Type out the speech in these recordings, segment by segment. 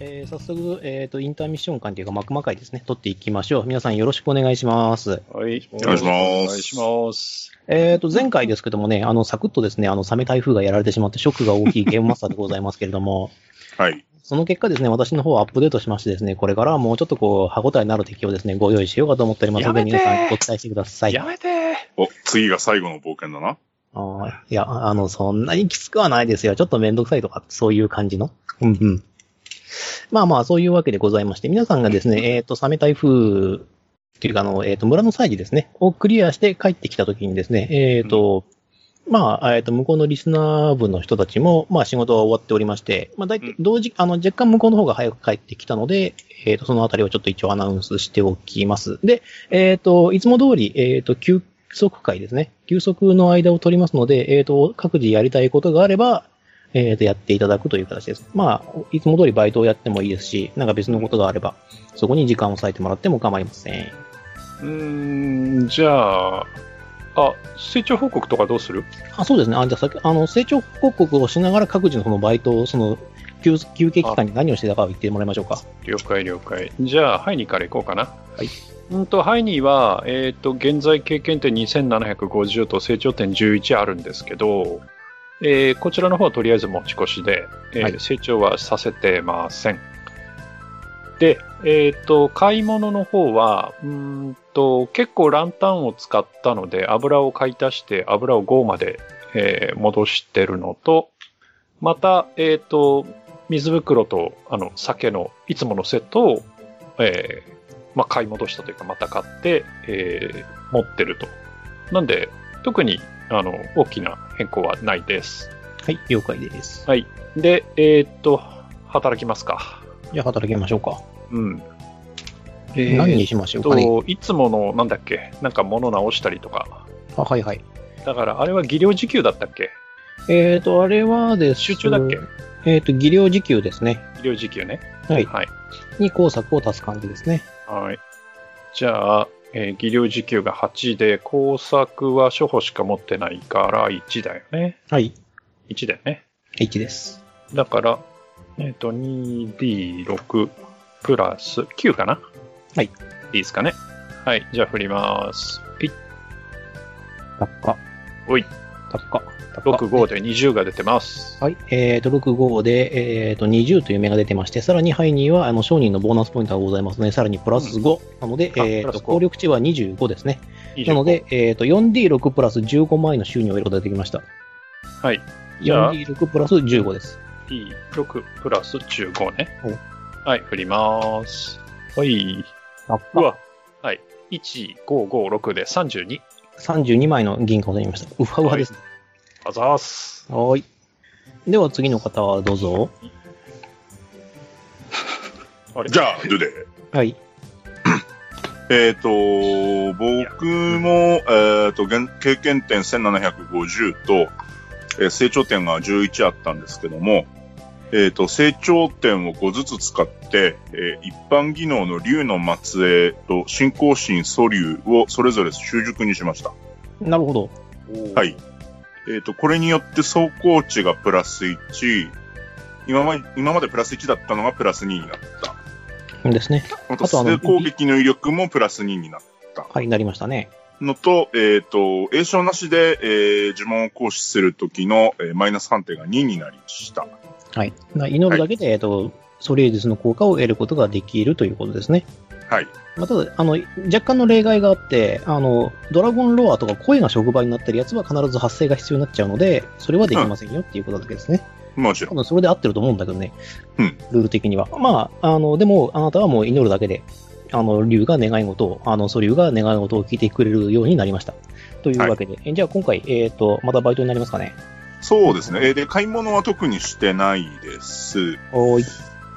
えー早速、えーと、インターミッション間というか、マクマ会ですね、取っていきましょう。皆さんよろしくお願いします。はい。お願いしますお願いします。えーと、前回ですけどもね、あの、サクッとですね、あの、サメ台風がやられてしまって、ショックが大きいゲームマスターでございますけれども、 はい。その結果ですね、私の方をアップデートしましてですね、これからはもうちょっとこう、歯応えのある敵をですね、ご用意しようかと思っておりますので、やめて皆ーさんご期待してください。やめてお、次が最後の冒険だな。あーいや、あの、そんなにきつくはないですよ。ちょっとめんどくさいとか、そういう感じの。うんうん。まあまあ、そういうわけでございまして、皆さんがです ね、えっ、と、サメ台風っていうか、あの、えっ、と、村の祭事ですね、をクリアして帰ってきたときにですね、えっ、と、まあ、えっ、と、向こうのリスナー部の人たちも、まあ、仕事は終わっておりまして、まあ、大うん体、同時、あの、若干向こうの方が早く帰ってきたので、えっ、と、そのあたりをちょっと一応アナウンスしておきます。で、えっ、と、いつも通り、えっ、と、休息会ですね。休息の間を取りますので、えっ、と、各自やりたいことがあれば、えっ、と、やっていただくという形です。まあ、いつも通りバイトをやってもいいですし、なんか別のことがあれば、そこに時間を割いてもらっても構いません。うーん、じゃあ、あ、成長報告とかどうするあそうですね。あじゃあ先あの、成長報告をしながら各自のそのバイトを、その休、休憩期間に何をしてたかを言ってもらいましょうか。了解了解。じゃあ、ハイニーからいこうかな。はい。うんと、ハイニーは、えっ、と、現在経験点2750と成長点11あるんですけど、えーこちらの方はとりあえず持ち越しで、えーはい成長はさせてません。で、えっ、と、買い物の方は、うーんと、結構ランタンを使ったので、油を買い足して、油を5まで、えー戻してるのと、また、えっ、と、水袋とあの酒のいつものセットを、えーまあ、買い戻したというかまた買って、えー持ってるとなんで特にあの大きな変更はないですはい、了解です。はいでえーっと働きますかじゃあ働きましょうか。うんえ何ーにっしましょうかね。といつものなんだっけなんか物直したりとかあはいはい。だからあれは技量時給だったっけえっ、と、あれはです集中だっけえっ、と、技量時給ですね。技量時給ねはい。はいに工作を足す感じですね。はい。じゃあ、えー技量時給が8で、工作は初歩しか持ってないから1だよね。はい。 1だよね。 H です。だから、えっ、と、2D6 プラス9かなはい。いいですかね。はい。じゃあ振ります。ピッ、タッカ。おい。タッカ。タッカ6、5で20が出てます。はい。えっ、と、6、5で、えっ、と、20という目が出てまして、さらにハイニーは、あの、商人のボーナスポイントがございますので、さらにプラス5。なので、あえっ、プラと、ス5効力値は25ですね。 25なので、えっ、と、4D6 プラス15万円の収入を得ることができました。はい。じゃあ 4D6 プラス15です。 D6 プラス15ねはい。はい、振ります。はい。あうわ。はい。1556で32。 32枚の銀貨を手に入れました。ウハウハですね。あざーす。はーい。では、次の方はどうぞ。あれじゃあ、ルで。はい。えっ、と、僕も、えっ、と、現経験点1750と、えー成長点が11あったんですけども、えっ、と、成長点を5ずつ使って、えー一般技能の竜の末裔と信仰心素竜をそれぞれ習熟にしました。なるほど。はい。えっ、と、これによって走行値がプラス1、今まで、今までプラス1だったのがプラス2になった。ですね。ああと、とあの素手攻撃の威力もプラス2になっはい、なりましたね。たのと、えっ、と、栄称なしで、えー呪文を行使するときの、えーマイナス判定が2になりました。はい。な祈るだけで、えっと、ソリエージスの効果を得ることができるということですね。はい。まあ、ただ、あの、若干の例外があって、あの、ドラゴンロアとか声が触媒になってるやつは必ず発声が必要になっちゃうので、それはできませんよっていうことだけですね。もちろ多ん。分それで合ってると思うんだけどね。うんルール的には。まあ、あの、でも、あなたはもう祈るだけで、あの、竜が願い事を、あの、ソリュウが願い事を聞いてくれるようになりました。というわけで、えじゃあ今回、えっ、と、またバイトになりますかね。そうですね。えーで、買い物は特にしてないです。おい。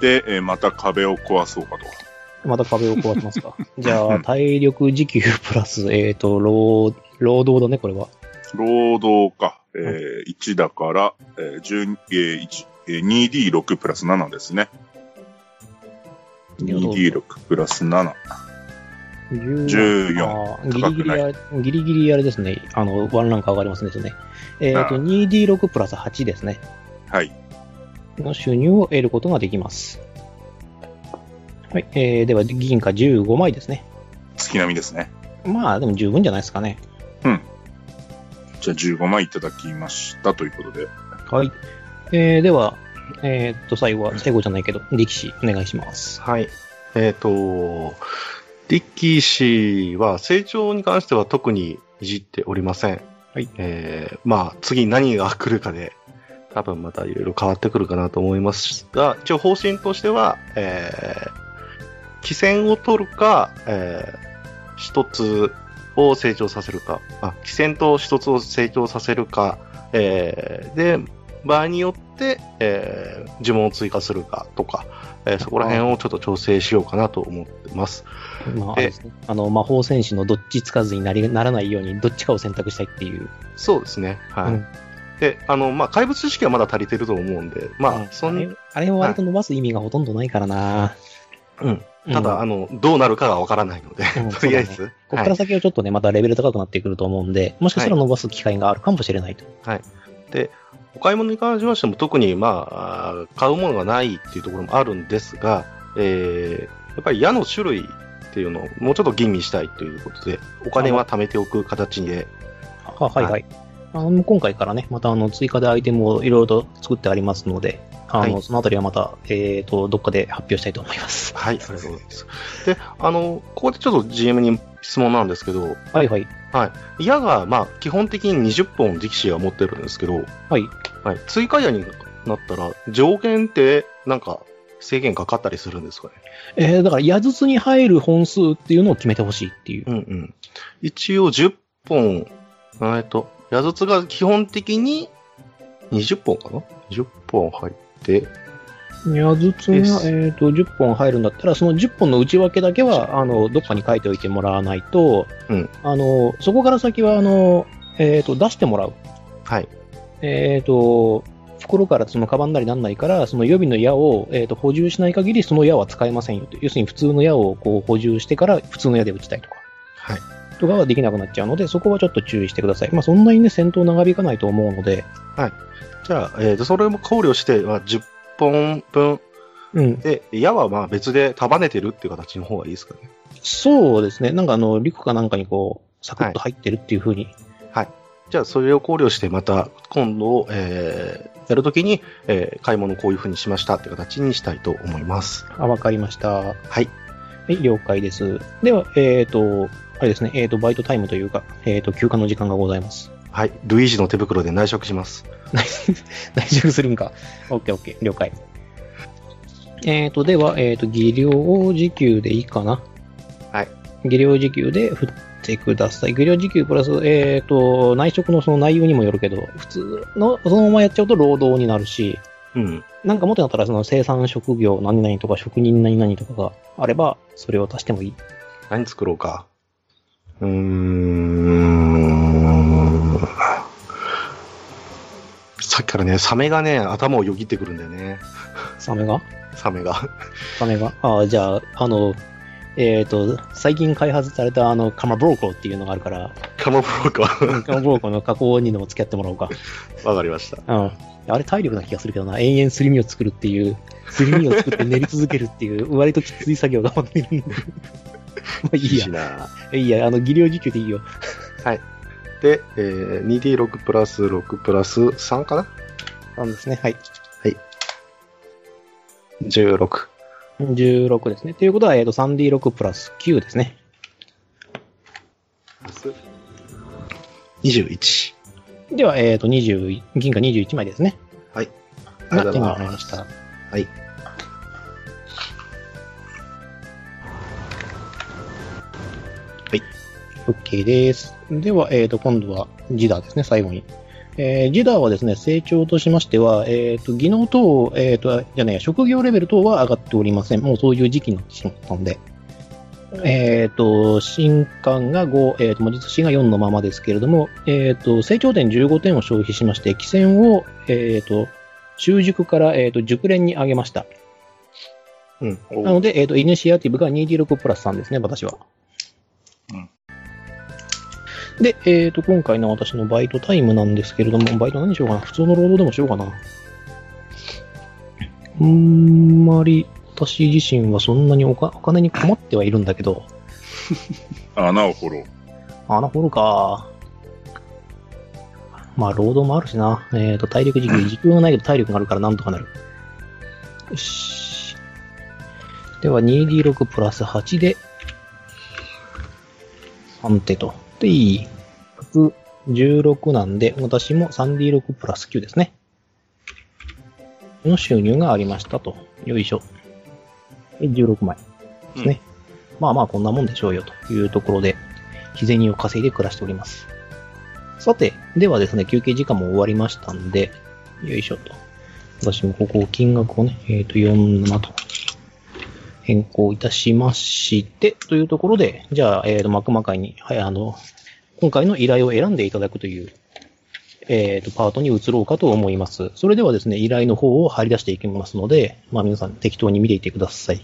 で、えーまた壁を壊そうかと。また壁を壊しますか。じゃあ、体力時給プラス、えっ、と、労、労働だね、これは。労働か。えー1だから、えー12えー1えー 2D6 プラス7ですね。2D6 プラス7。14あーギリギリあれ、ギリギリあれですね。あの、ワンランク上がりますね。ですねえっ、と、あ 2D6 プラス8ですね。はい。の収入を得ることができます。はい。えー、では、銀貨15枚ですね。月並みですね。まあ、でも十分じゃないですかね。じゃあ15枚いただきましたということで。はい。えー、では、えーっと、最後は、最後じゃないけど、力士、お願いします。はい。えっ、と、力士は成長に関しては特にいじっておりません。はい。えー、まあ、次何が来るかで、多分またいろいろ変わってくるかなと思いますが、一応方針としては、えー、棋戦を取るか、えー、一つを成長させるか、あ、棋戦と一つを成長させるか、えー、で、場合によって、えー、呪文を追加するかとか、えーそこら辺をちょっと調整しようかなと思ってます。まあ、あえれですねあの、魔法戦士のどっちつかずになりならないように、どっちかを選択したいっていう。そうですね。はい。うんで、あの、まあ、怪物知識はまだ足りてると思うんで、まあ、そあんれあれを割と伸ばす意味がほとんどないからな。うん。うんただ、あの、どうなるかがわからないので、うん とりあえず、ここはからい。先はちょっとね、またレベル高くなってくると思うんで、もしかしたらは伸ばす機会があるかもしれないと。お買い物に関しましても特に、まあ、買うものがないっていうところもあるんですが、えー、やっぱり矢の種類っていうのをもうちょっと吟味したいということで、お金は貯めておく形で、あはいはい。あの今回からね、またあの追加でアイテムをいろいろと作ってありますので、あの、はいそのあたりはまた、えっ、と、どっかで発表したいと思います。 はい、ありがとうございます。で、あの、ここでちょっと GM に質問なんですけど、はいはい。矢が、まあ、基本的に20本力士が持ってるんですけど、はい。はい、追加矢になったら、上限って、なんか、制限かかったりするんですかね。えー、だから、矢筒に入る本数っていうのを決めてほしいっていう。うんうん。一応10本、えっと、矢筒が基本的に20本かな ?20 本入って、矢筒が、えでっ、すと、10本入るんだったら、その10本の内訳だけは、あの、どっかに書いておいてもらわないと、うんあの、そこから先は、あの、えっ、と、出してもらう。はい。えっ、と、袋からそのカバンなりなんないから、その予備の矢を、えー、と補充しない限り、その矢は使えませんよと。要するに普通の矢をこう補充してから、普通の矢で撃ちたいとか。はい。とかはできなくなっちゃうので、そこはちょっと注意してください。まあ、そんなにね、戦闘長引かないと思うので、じゃあ、えっと、それも考慮して、まあ、10本分うん。で、矢はまあ別で束ねてるっていう形の方がいいですかね。そうですね。なんかあの、リュックかなんかにこう、サクッと入ってるっていう風に。じゃあ、それを考慮して、また、今度、えー、やるときに、えー、買い物こういう風にしましたって形にしたいと思います。あ、わかりました。はい。はい、了解です。では、えっ、と、あれですね、えっ、と、バイトタイムというか、えっ、と、休暇の時間がございます。 はい。ルイージの手袋で内職します。大丈夫するんか。オッケーオッケー、了解。えっ、と、では、えっ、と、技量時給でいいかな。はい。技量時給で振ってください。技量時給プラス、えっ、と、内職のその内容にもよるけど、普通の、そのままやっちゃうと労働になるし、うん。なんか元だったらその生産職業何々とか職人何々とかがあれば、それを足してもいい。何作ろうか。うーん。さっきからね、サメがね、頭をよぎってくるんだよね。サメがサメが。 サメが。ああ、じゃあ、あの、えっ、と、最近開発されたあの、カマブロコっていうのがあるから、カモフロー カマブロコの加工にでも付き合ってもらおうか。か。わかりました。うん。あれ体力な気がするけどな、延々すり身を作るっていう、すり身を作って練り続けるっていう、割ときつい作業が待って るんで。まあいいやし。な。いいや、あの、技量時給でいいよ。で、えー、2D6 プラス6プラス3かななんですね。はい。 ?16。 16ですね。ということは、えっ、と、3D6 プラス9ですね。 21。では、えっ、と、20、銀貨21枚ですね。ありがとうござい手に入りまますし。た。はい。はい。 OK です。では、えっ、と、今度はジダーですね、最後に。えー、ジダーはですね、成長としましては、えっ、と、技能等、えっ、と、じゃないや、職業レベル等は上がっておりません。もうそういう時期になってしまったんで。えっ、と、新刊が5、えっ、と、文字数が4のままですけれども、えっ、と、成長点15点を消費しまして、期戦を、えっ、と、習熟から、えっ、と、熟練に上げました。うん。なので、えっ、と、イニシアティブが 2D6 プラス3ですね、私は。うんで、えっ、と、今回の私のバイトタイムなんですけれども、バイト何しようかな。普通の労働でもしようかな。うーんあんまり、私自身はそんなにおかお金に困ってはいるんだけど、穴を掘ろう。穴掘るか。まあ、労働もあるしな。えっ、と、体力時給、時給がないけど体力があるからなんとかなる。よし。では、2D6 プラス8で、3手と。で、いい。普通、16なんで、私も 3D6 プラス9ですね。の収入がありましたと。よいしょ。で16枚ですね。まあまあ、こんなもんでしょうよ、というところで。日銭を稼いで暮らしております。さて、ではですね、休憩時間も終わりましたんで、よいしょと。私もここを金額をね、えっ、と、47と変更いたしまして、というところで、じゃあ、えっ、と、マクマ会に、はい、あの、今回の依頼を選んでいただくという、えっ、と、パートに移ろうかと思います。それではですね、依頼の方を張り出していきますので、まあ皆さん適当に見ていてください。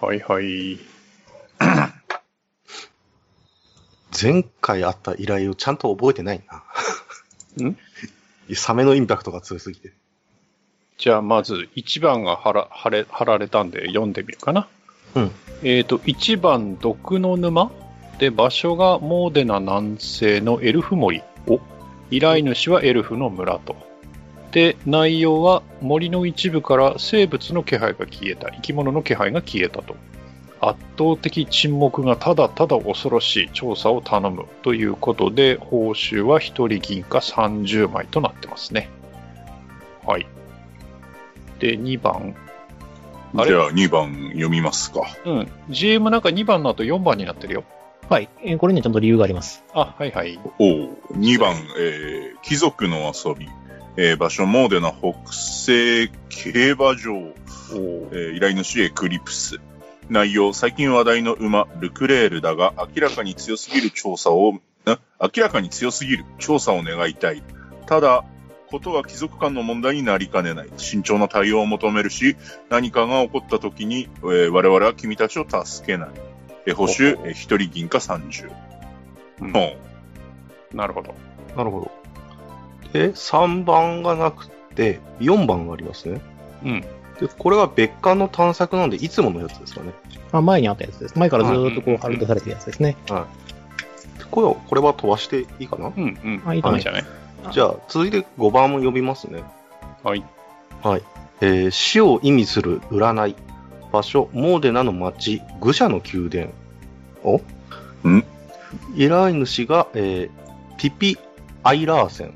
はいはい。前回あった依頼をちゃんと覚えてないな。んサメのインパクトが強すぎて。じゃあ、まず1番が貼ら貼れ貼られたんで読んでみるかな。うん。えっ、と、1番、毒の沼で、場所がモーデナ南西のエルフ森。お依頼主はエルフの村と。で、内容は森の一部から生物の気配が消えた、生き物の気配が消えたと。圧倒的沈黙がただただ恐ろしい調査を頼むということで、報酬は1人銀貨30枚となってますね。はい。で、2番。あれじゃあ2番読みますか。うん。GM なんか2番の後4番になってるよ。はい。えーこれにはちゃんと理由があります。あ、はいはい。お2番、えー貴族の遊び。えー場所、モーデナ北西競馬場。おーえー依頼主エクリプス。内容、最近話題の馬、ルクレールだが、明らかに強すぎる調査を、ん明らかに強すぎる調査を願いたい。ただ、ことは貴族間の問題になりかねない。慎重な対応を求めるし、何かが起こった時に、えー我々は君たちを助けない。えー報酬、えー一人銀貨30。うんもなるほど。なるほど。で、3番がなくて、4番がありますね。うん。で、これは別館の探索なんで、いつものやつですかね。あ前にあったやつです。前からずーっとこう貼り出されてるやつですね。でこれをこれは飛ばしていいかなうんうん。あいいと思いますじゃないじゃあ、続いて5番も呼びますね。はい。はい。えー死を意味する占い。場所、モーデナの町、愚者の宮殿。おん依頼主が、えーピピ・アイラーセン。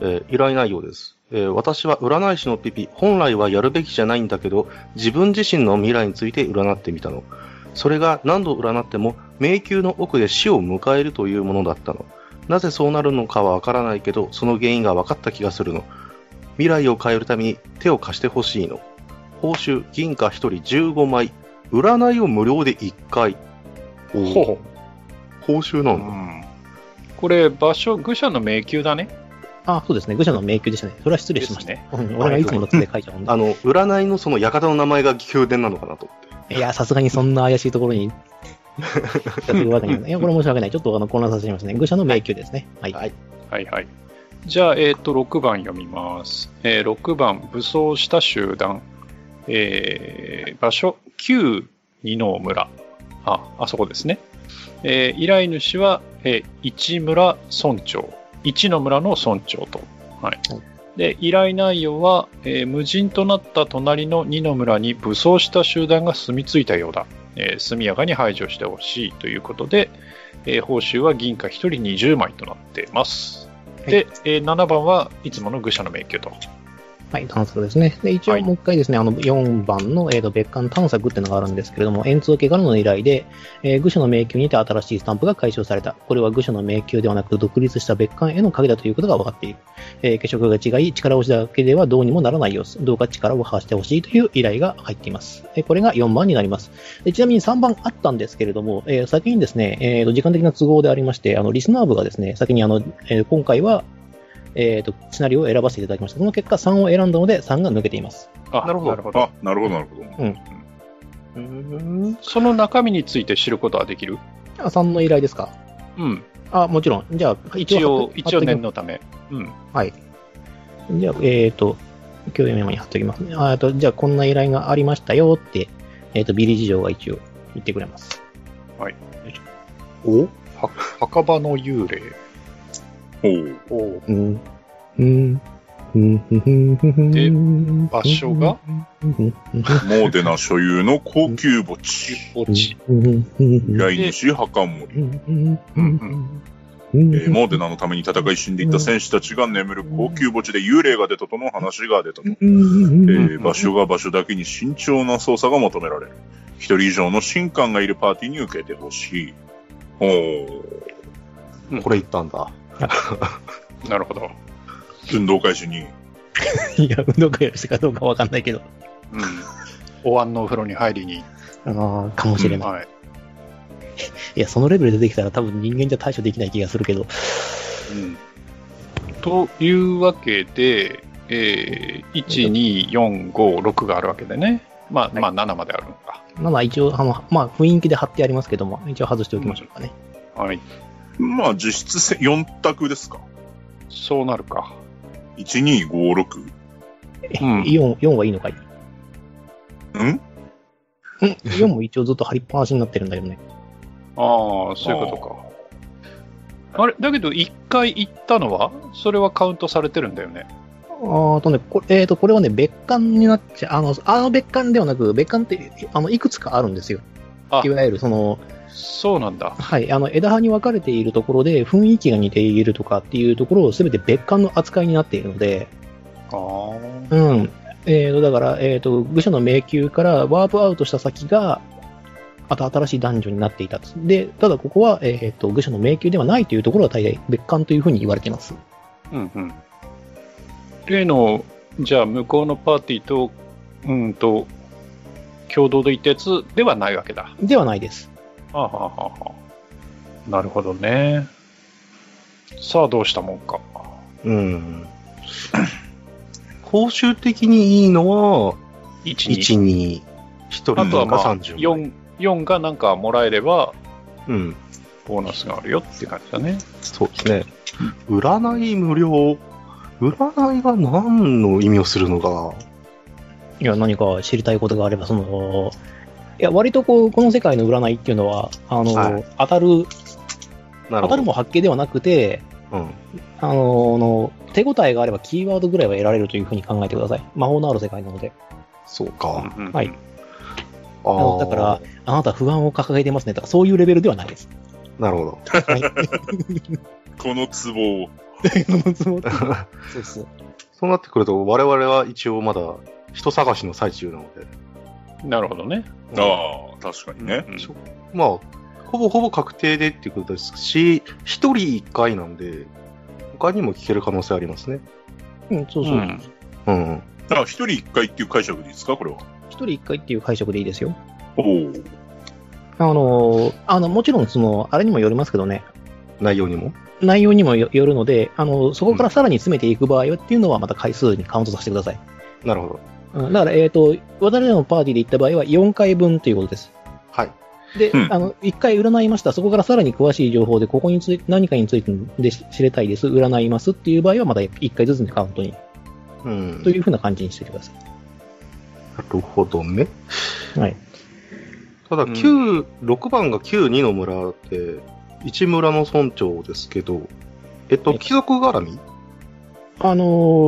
えー依頼内容です。えー私は占い師のピピ、本来はやるべきじゃないんだけど、自分自身の未来について占ってみたの。それが何度占っても迷宮の奥で死を迎えるというものだったの。なぜそうなるのかはわからないけど、その原因が分かった気がするの。未来を変えるために手を貸してほしいの。報酬、銀貨1人15枚。占いを無料で1回。おーほ報酬なう。うんだ。ん。これ、場所、愚者の迷宮だね。あ、そうですね。愚者の迷宮でしたね。それは失礼しました。ね。うん俺がいつもの手で書いちゃうんだあ。の、占いのその館の名前が宮殿なのかなと思って。いや、さすがにそんな怪しいところにやってるわけにはない。いや、これ申し訳ない。ちょっとあの混乱させちゃいましたね。愚者の迷宮ですね。はい。はいはいはい。じゃあ、えっ、と、6番読みます。えー6番、武装した集団。えー場所、旧二能村。あ、あそこですね。えー依頼主は、えー一村村長。一の村の村長と。はいはい。で、依頼内容は、えー無人となった隣の二の村に武装した集団が住み着いたようだ。えー速やかに排除してほしいということで、えー報酬は銀貨1人20枚となってます。で、えー7番はいつもの愚者の迷宮と。はい、探索ですね。で、一応はいもう一回ですね、あの、4番の、えーと、別館探索っていうのがあるんですけれども、円通系からの依頼で、えー愚者の迷宮にて新しいスタンプが解消された。これは愚者の迷宮ではなく、独立した別館への鍵だということが分かっている。えー、血色が違い、力押しだけではどうにもならない様子。どうか力を発してほしいという依頼が入っています。えーこれが4番になります。でちなみに3番あったんですけれども、えー先にですね、えーと時間的な都合でありまして、あの、リスナー部がですね、先にあの、えー今回は、えーと、シナリオを選ばせていただきました。その結果3を選んだので3が抜けています。あなるほどう。あ、なるほど、なるほど。うん。その中身について知ることはできるあ3の依頼ですかうん。あ、もちろん。じゃあ、一応、一応ね念のため。うん。はい。じゃあ、えっ、と、共有メモに貼っておきますね。あえっとじゃあ、こんな依頼がありましたよってえっ、と、ビリ事情が一応言ってくれます。おは墓場の幽霊。ほう。おうん。うん。うんで場所がうんモーデナ所有の高級墓地。落ち。うんうん依頼主墓森。えーモーデナのために戦い死んでいった戦士たちが眠る高級墓地で幽霊が出たとの話が出たと。えー場所が場所だけに慎重な操作が求められる。一人以上の神官がいるパーティーに受けてほしい。ほう。これ言ったんだ。なるほど。運動開始に。いや、運動会をしてかどうかわかんないけど。うん。お椀のお風呂に入りに。ああ、かもしれない。はい。いや、そのレベルでできたら多分人間じゃ対処できない気がするけど。うん。というわけで、えー、1、2、4、5、6があるわけでね。まあ、まあ、7まであるのか。まあ一応、あの、まあ雰囲気で貼ってありますけども、一応外しておきましょうかね。はい。まあ実質せ4択ですか。そうなるか。 1256。うん。 4、4はいいのかいんうん ?4 も一応ずっと貼りっぱなしになってるんだけどね。ああ、そういうことか。あれ、だけど一回行ったのは、それはカウントされてるんだよね。あーとね、これ、えっ、と、これはね、別館になっちゃう。あの、あの別館ではなく、別館って、あの、いくつかあるんですよ。あいわゆる、その、そうなんだ。はい、あの、枝葉に分かれているところで、雰囲気が似ているとかっていうところを全て別館の扱いになっているので、ああ。うん。えっ、と、だから、えっ、と、愚者の迷宮からワープアウトした先が、また新しいダンジョンになっていたと。で、ただここは、えっ、と、愚者の迷宮ではないというところは大体別館というふうに言われています。うんうん。例の、じゃあ向こうのパーティーと、うんと、共同で行ったやつではないわけだ。ではないです。あはあはあはあなるほどね。さあ、どうしたもんか。うん。報酬的にいいのは、 1、2。 1、2、1人あとはとまかあ、 30。 4、4がなんかもらえれば、うん。ボーナスがあるよって感じだね。そうですね。占い無料。占いが何の意味をするのかいや、何か知りたいことがあれば、その、いや、割とこう、この世界の占いっていうのは、あの、はい当たる、な。な当たるも発見ではなくて、うん。あのの、手応えがあればキーワードぐらいは得られるというふうに考えてください。魔法のある世界なので。そうか。うんうんはい。ああのーだから、、あなた不安を掲げてますねとか、そういうレベルではない です。なるほど。この壺を。そうそう。そうなってくると、我々は一応まだ人探しの最中なので、なるほどね。ああ、確かにね。うんうんそうまあ、ほぼほぼ確定でっていうことですし、一人一回なんで、他にも聞ける可能性ありますね。うん、そうそうう。んうん。だから一人一回っていう解釈でいいですかこれは。一人一回っていう解釈でいいですよ。おお。あの、あの、もちろん、その、あれにもよりますけどね、内容にも。内容にもよよるので、あの、そこからさらに詰めていく場合はっていうのは、また回数にカウントさせてください。なるほど。うん、だから、えっ、と、私らのパーティーで行った場合は4回分ということです。はい。で、うんあの、1回占いました。そこからさらに詳しい情報で、ここについ何かについてで知れたいです。占いますっていう場合は、まだ1回ずつにカウントに、うん。というふうな感じにしてくださなるほどね。い。はい。ただ、うん9、6番が9、2の村って、一村の村長ですけど、えっと、貴族絡みあの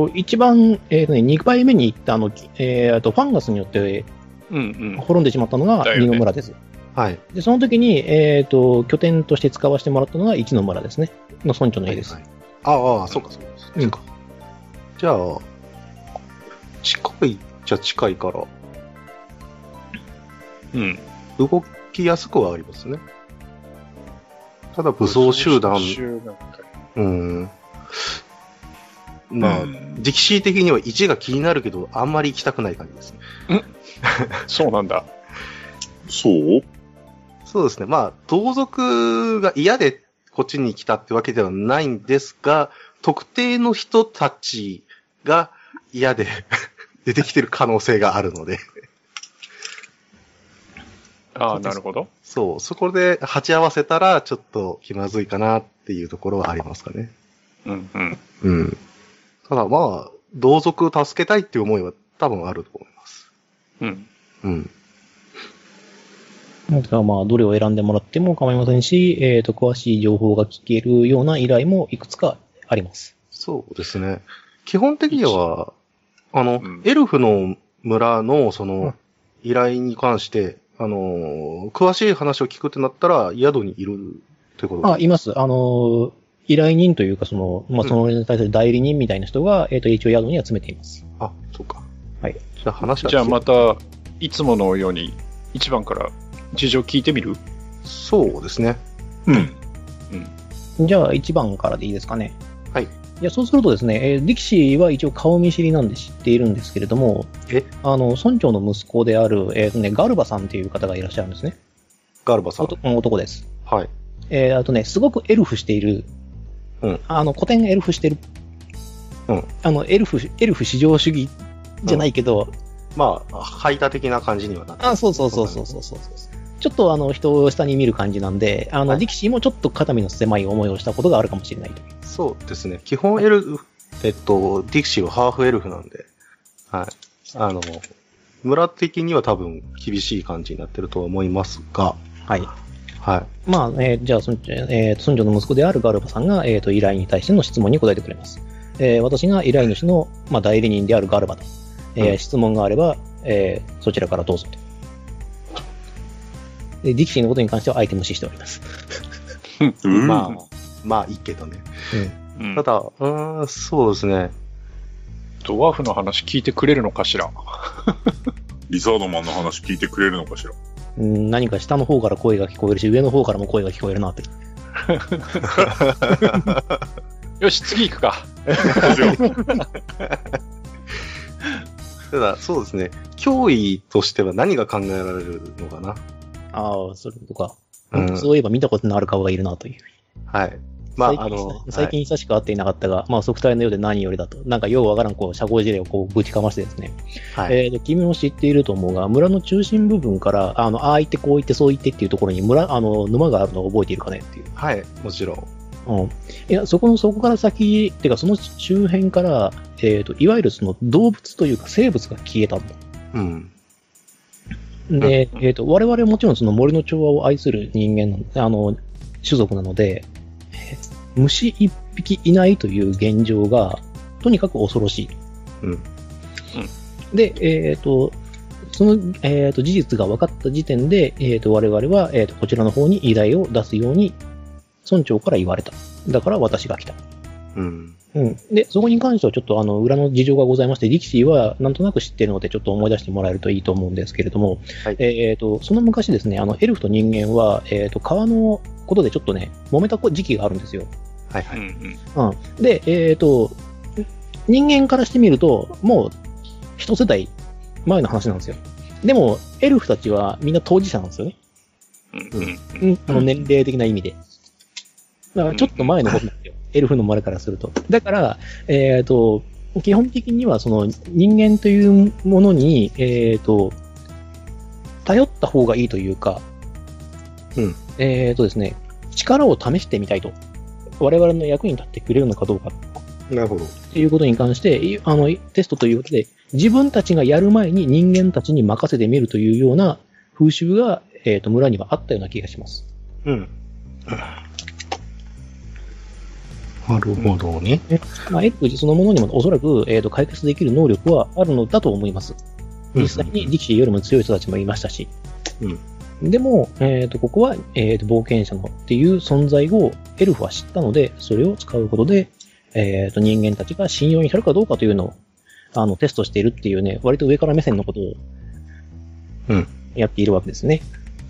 ー一番、えーとね、2回目に行った、あの、きえー、あと、ファンガスによってうんうん。滅んでしまったのがだよね二の村です。はい。で、その時に、えっ、と、拠点として使わせてもらったのが一の村ですね。の村長の家です。はいはいああ、そうか、そうか、そうか。じゃあ、近いじゃ近いから、うん。動きやすくはありますね。ただ、武装集団、集団うん。まあ、ディキシー的には1が気になるけど、あんまり行きたくない感じですね。そうなんだ。そうそうですね。まあ、同族が嫌でこっちに来たってわけではないんですが、特定の人たちが嫌で 出てきてる可能性があるので、ああ、なるほど。そう、そこで鉢合わせたらちょっと気まずいかなっていうところはありますかね。うんうん。うん。ただまあ、同族を助けたいっていう思いは多分あると思います。うん。うん。だからまあ、どれを選んでもらっても構いませんし、えっ、と、詳しい情報が聞けるような依頼もいくつかあります。そうですね。基本的には、あの、うんエルフの村の、その、うん依頼に関して、あのー、詳しい話を聞くってなったら、宿にいるってことあ、います。あの、依頼人というか、その、まあ、うんそのに対する代理人みたいな人が、えっ、と、一応宿には詰めています。あ、そうか。はい。じゃあ話はじゃあまた、いつものように、一番から事情聞いてみるそうですね。うん。じゃあ、1番からでいいですかね。はい。じゃあ、そうするとですね、えー力士は一応顔見知りなんで知っているんですけれども、えあの、村長の息子である、えっ、とね、ガルバさんという方がいらっしゃるんですね。ガルバさん。男男です。はい。えーあとね、すごくエルフしている。うんあの、古典エルフしてる。うんあの、エルフ、エルフ至上主義じゃないけど、まあ、排他的な感じにはなってあ、そうそうそうそうそうそうそう。ちょっとあの、人を下に見る感じなんで、あの、はい力士もちょっと肩身の狭い思いをしたことがあるかもしれないと。そうですね。基本エルフ、えっと、ディクシーはハーフエルフなんで、はい。あの、村的には多分厳しい感じになってるとは思いますが、はい。はまあ、えーじゃあ、村長,、えー村長の息子であるガルバさんが、えーと、依頼に対しての質問に答えてくれます。えー私が依頼主の、まあ、代理人であるガルバと、えーうん質問があれば、えーそちらからどうぞと。で、ディキシーのことに関しては相手無視しております。うい。ん。まあ、まあいいけどね。うんただ、うーん、そうですね。ドワーフの話聞いてくれるのかしらリザードマンの話聞いてくれるのかしら。うん、何か下の方から声が聞こえるし、上の方からも声が聞こえるなって。よし、次行くか。ただ、そうですね。脅威としては何が考えられるのかな。ああ、それとか、うんそういえば見たことのある顔がいるなという。はい。まあ、あ最近の、最近久しく会っていなかったが、まあ、即体のようで何よりだと。なんか、ようわからん、こう、社交辞令をこう、ぶちかましてですね。はい、はいえーと君も知っていると思うが、村の中心部分から、あの、ああ言ってこう言ってそう言ってっていうところに村、あの、沼があるのを覚えているかねっていう。はい、もちろん。うん。いや、そこの、そこから先、てかその周辺から、えっ、と、いわゆるその動物というか生物が消えたんだ。うん。で、うんえっ、と、我々はもちろんその森の調和を愛する人間なんで、あの、種族なので、えー虫一匹いないという現状が、とにかく恐ろしい。うん。で、えっ、と、その、えっ、と、事実が分かった時点で、えっ、と、我々は、えっ、と、こちらの方に依頼を出すように、村長から言われた。だから私が来た。うん。うん。で、そこに関してはちょっとあの、裏の事情がございまして、力士はなんとなく知ってるので、ちょっと思い出してもらえるといいと思うんですけれども、はいえっ、と、その昔ですね、あの、エルフと人間は、えっ、と、川のことでちょっとね、揉めた時期があるんですよ。はいはい。んうん。で、えっ、と、人間からしてみると、もう、一世代前の話なんですよ。でも、エルフたちはみんな当事者なんですよね。うんうんうん。あの、年齢的な意味で。だから、ちょっと前のことなんですよ。エルフの生まれからすると。だから、えっ、と、基本的には、その、人間というものに、えっ、と、頼った方がいいというか、うん。えっ、とですね、力を試してみたいと。我々の役に立ってくれるのかどうかなるほど。っていうことに関して、いあの、テストということで、自分たちがやる前に人間たちに任せてみるというような風習が、えっ、と、村にはあったような気がします。うん。なるほどね。まあ、エッグそのものにもおそらく、えっ、と、解決できる能力はあるのだと思います。実際に力士よりも強い人たちもいましたし。うんでも、えっ、と、ここは、えっ、と、冒険者のっていう存在をエルフは知ったので、それを使うことで、えっ、と、人間たちが信用に至るかどうかというのを、あの、テストしているっていうね、割と上から目線のことをうん。やっているわけですね。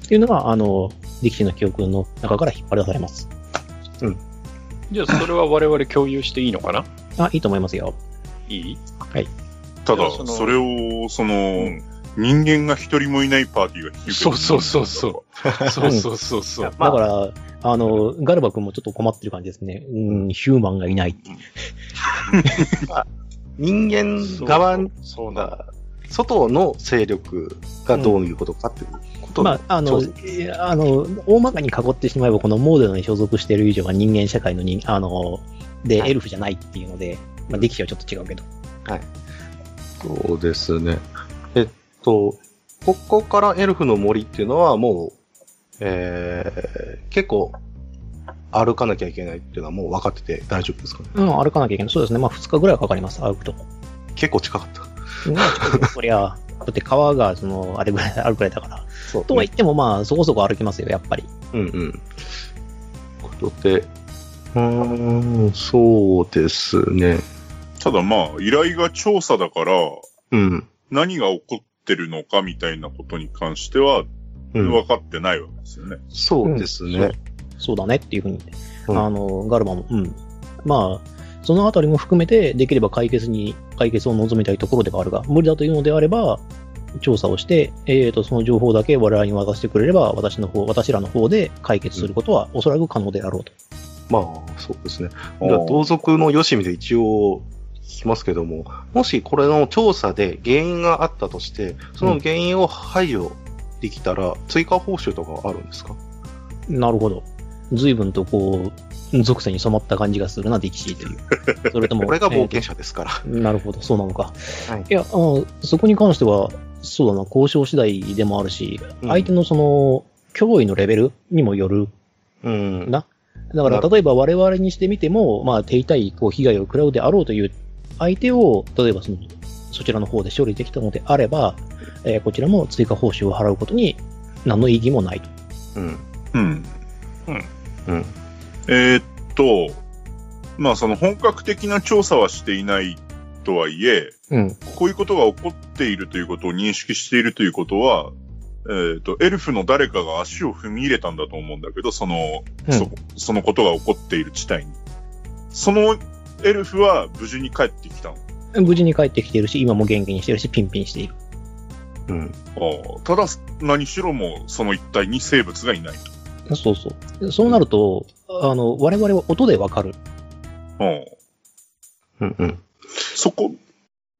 っていうのが、あの、力士の記憶の中から引っ張り出されます。じゃあ、それは我々共有していいのかなあ、いいと思いますよ。いい たいやだ、そのそれを、その、ん人間が一人もいないパーティーが引き受けるそうそうそうそう。そうそうそうそだう。から、あの、ガルバ君もちょっと困ってる感じですね。うん、ヒューマンがいない。人間側そうなんだ。が、外の勢力がどういうことかっていうことまあ、あの、そういやあの、大まかに囲ってしまえば、このモーデルに所属している以上は人間社会のに、あの、で、はいエルフじゃないっていうので、まあ、力士はちょっと違うけど。そうですね。えっと、ここからエルフの森っていうのはもう、えー、結構、歩かなきゃいけないっていうのはもう分かってて大丈夫ですかねうん、歩かなきゃいけない。そうですね。まあ、2日ぐらいはかかります、歩くと。結構近かった。うん そりゃ、だって川が、その、あれぐらい、あるくらいだから。そう、とは言っても、まあ、そこそこ歩きますよ、やっぱり。うんうん。ことで、うーん、そうですね。ただまあ、依頼が調査だから、うん。何が起こってるのかみたいなことに関しては、うん、分かってないわけですよね。そうですね。そうだねっていうふうに、うんあの、ガルマも、うん。まあ、そのあたりも含めて、できれば解決に、解決を望みたいところではあるが、無理だというのであれば、調査をして、えー、と、その情報だけ我々に渡してくれれば、私の方、私らの方で解決することは、おそらく可能であろうと。まあ、そうですね。おーでは同族のよしみで一応聞きますけども、もしこれの調査で原因があったとして、その原因を排除できたら、追加報酬とかはあるんですかなるほど。随分とこう、属性に染まった感じがするな、ディキシーという。それ とも。これが冒え険ー者ですから。となるほど、そうなのか。はいい、やあの、そこに関しては、そうだな、交渉次第でもあるし、うん相手のその、脅威のレベルにもよるうん。な。だかなら、る例えば我々にしてみても、まあ、手痛い、こう、被害を食らうであろうという相手を、例えばその、そちらの方で処理できたのであれば、えーこちらも追加報酬を払うことに何の意義もないと。うん。うん。うん。えーっと、まあその本格的な調査はしていないとはいえ、うん。こういうことが起こっているということを認識しているということは、えーっと、エルフの誰かが足を踏み入れたんだと思うんだけど、その、そそのことが起こっている地帯に。そのエルフは無事に帰ってきたの。無事に帰ってきているし、今も元気にしてるし、ピンピンしている。うん。ああただ、何しろもうその一帯に生物がいないと。そうそう。そうなると、あの、我々は音でわかる。うんうん。うん。そこ、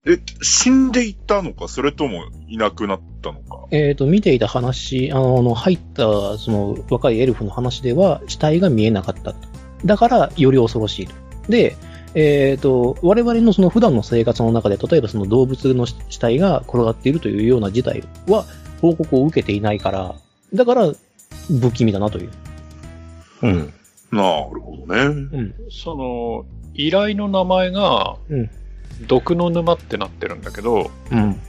え、死んでいったのか、それともいなくなったのか。えっ、と、見ていた話、あの、入った、その、若いエルフの話では、死体が見えなかったと。だから、より恐ろしいと。で、えっ、と、我々のその普段の生活の中で、例えばその動物の死体が転がっているというような事態は、報告を受けていないから、だから、不気味だなという。うん。なるほどね。うん。その、依頼の名前がうん、毒の沼ってなってるんだけど、うん。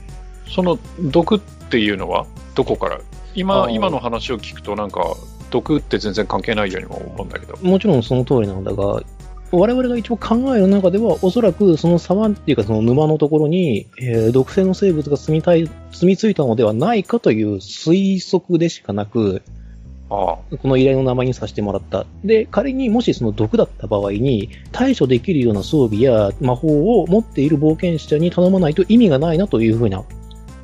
その毒っていうのはどこからあ今、ー今の話を聞くとなんか、毒って全然関係ないようにも思うんだけど。もちろんその通りなんだが、我々が一応考える中では、おそらくその沢っていうかその沼のところに、えー毒性の生物が住みたい、住み着いたのではないかという推測でしかなく、ああ、この依頼の名前にさせてもらった。で、仮にもしその毒だった場合に、対処できるような装備や魔法を持っている冒険者に頼まないと意味がないなというふうな、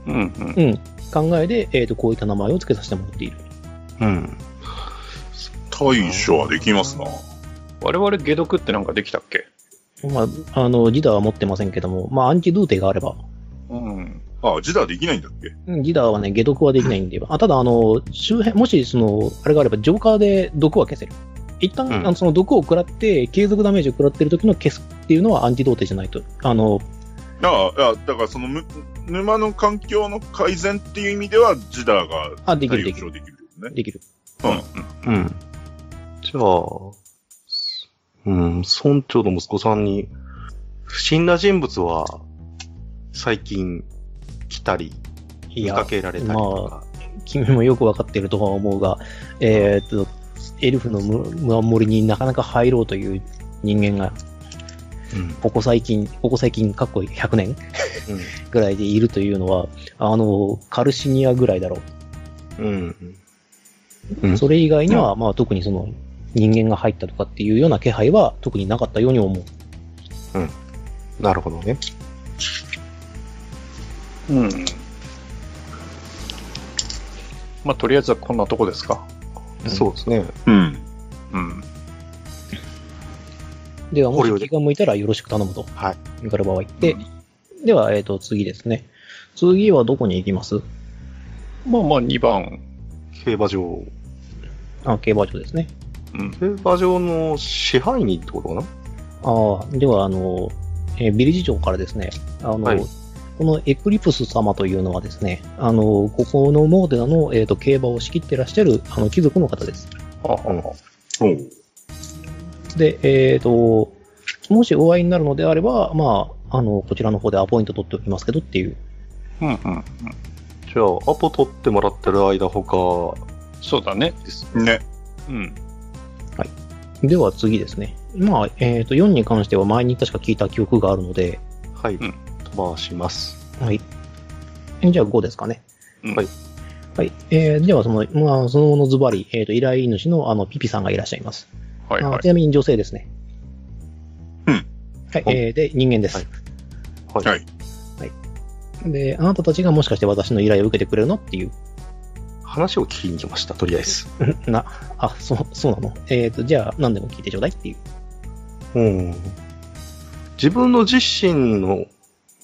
うんうん。うん、考えで、えーと、こういった名前を付けさせてもらっている。うん。対処はできますな。我々解毒ってなんかできたっけまあ、あの、ギダーは持ってませんけども、まあ、アンチドゥーテがあれば、うん。あ、自打できないんだっけうんギダーはね、解毒はできないんで、あただ、あの、周辺、もし、その、あれがあれば、ジョーカーで毒は消せる。一旦、うんあのその毒を食らって、継続ダメージを食らってる時の消すっていうのはアンチ童貞じゃないと。あの、ああ、あだからそのむ、沼の環境の改善っていう意味では、自打があ、できる、対できる処。できるよね。できる。うん。じゃあ、うん、村長の息子さんに、死んだ人物は、最近、来たり、い見やかけられたりとか。君もよくわかってるとは思うが、えーっと、エルフのむ森になかなか入ろうという人間が、うんここ最近、ここ最近、過去100年ぐらいでいるというのは、あの、カルシニアぐらいだろう。うん。うんそれ以外には、まあ特にその人間が入ったとかっていうような気配は特になかったように思う。なるほどね。うん。まあ、とりあえずはこんなとこですか。うんそうですね。うん。うん。では、も捕虜しで気が向いたらよろしく頼むと。。はいガルバは言って。では、えっ、と、次ですね。次はどこに行きますまあまあ、2番。競馬場。あ、競馬場ですね。うん。競馬場の支配人ってことかなああ、では、あの、えービリジ城からですね、あの、はいこのエクリプス様というのはですね、あの、ここのモーデナの、えー、と競馬を仕切ってらっしゃるあの貴族の方です。はあはおうで、えっ、と、もしお会いになるのであれば、まあ、あの、こちらの方でアポイント取っておきますけどっていう。うんうんじゃあ、アポ取ってもらってる間ほあそうだね。うん。ね。うん。では次ですね。まあ、えっ、と、4に関しては前に確か聞いた記憶があるので、か、はい、うん飛ばします。はい。じゃあ5ですかね。うんはい。はい。えー、ではその、まあ、その後のズバリ、えっ、と、依頼主のあの、ピピさんがいらっしゃいます。はいはあいち。なみに女性ですね。うんはい、えー、で、人間です。はいはい。はいで、あなたたちがもしかして私の依頼を受けてくれるのっていう。話を聞きに来ました、とりあえず。 な、あ、そう、そうなのえっ、と、じゃあ、何でも聞いてちょうだいっていう。うん。自分の自身の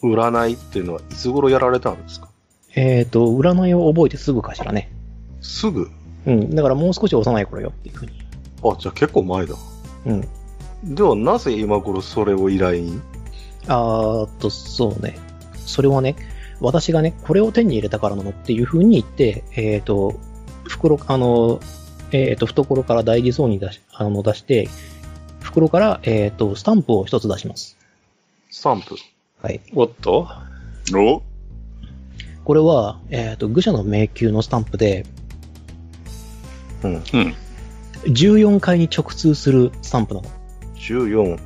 占いっていうのは、いつ頃やられたんですかえっ、と、占いを覚えてすぐかしらね。すぐうん。だからもう少し幼い頃よっていうふうに。あ、じゃあ結構前だ。うん。では、なぜ今頃それを依頼にあーっと、そうね。それはね、私がね、これを手に入れたからなのっていうふうに言って、えっ、と、袋、あの、えっ、と、懐から大事そうに出し、あの、出して、袋から、えっ、と、スタンプを一つ出します。スタンプ。はい。おっとおこれは、えっ、と、愚者の迷宮のスタンプで、うん。うん。 14階に直通するスタンプなの。 14。う。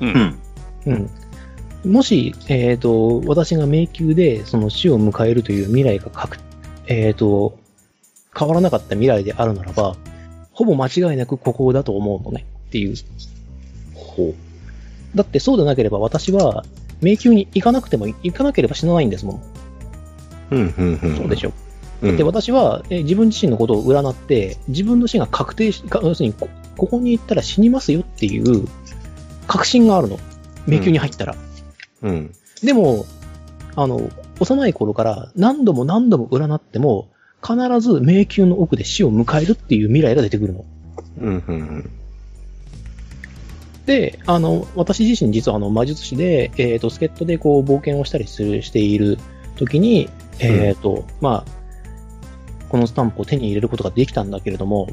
うんん。うん。もし、えっ、と、私が迷宮で、その死を迎えるという未来が確、えっ、と、変わらなかった未来であるならば、ほぼ間違いなくここだと思うのね、っていう。ほう。だってそうでなければ私は、迷宮に行かなくても、行かなければ死なないんですもん。うん、うん、うん。そうでしょ。ょ。うん、で、私は、えー自分自身のことを占って、自分の死が確定し、か要するにこ、ここに行ったら死にますよっていう、確信があるの。迷宮に入ったら。うん。でも、あの、幼い頃から何度も何度も占っても、必ず迷宮の奥で死を迎えるっていう未来が出てくるの。うん、うん。で、あの、私自身実はあの魔術師で、えっ、と、助っ人でこう冒険をしたりする、している時に、えっ、と、まあ、このスタンプを手に入れることができたんだけれども、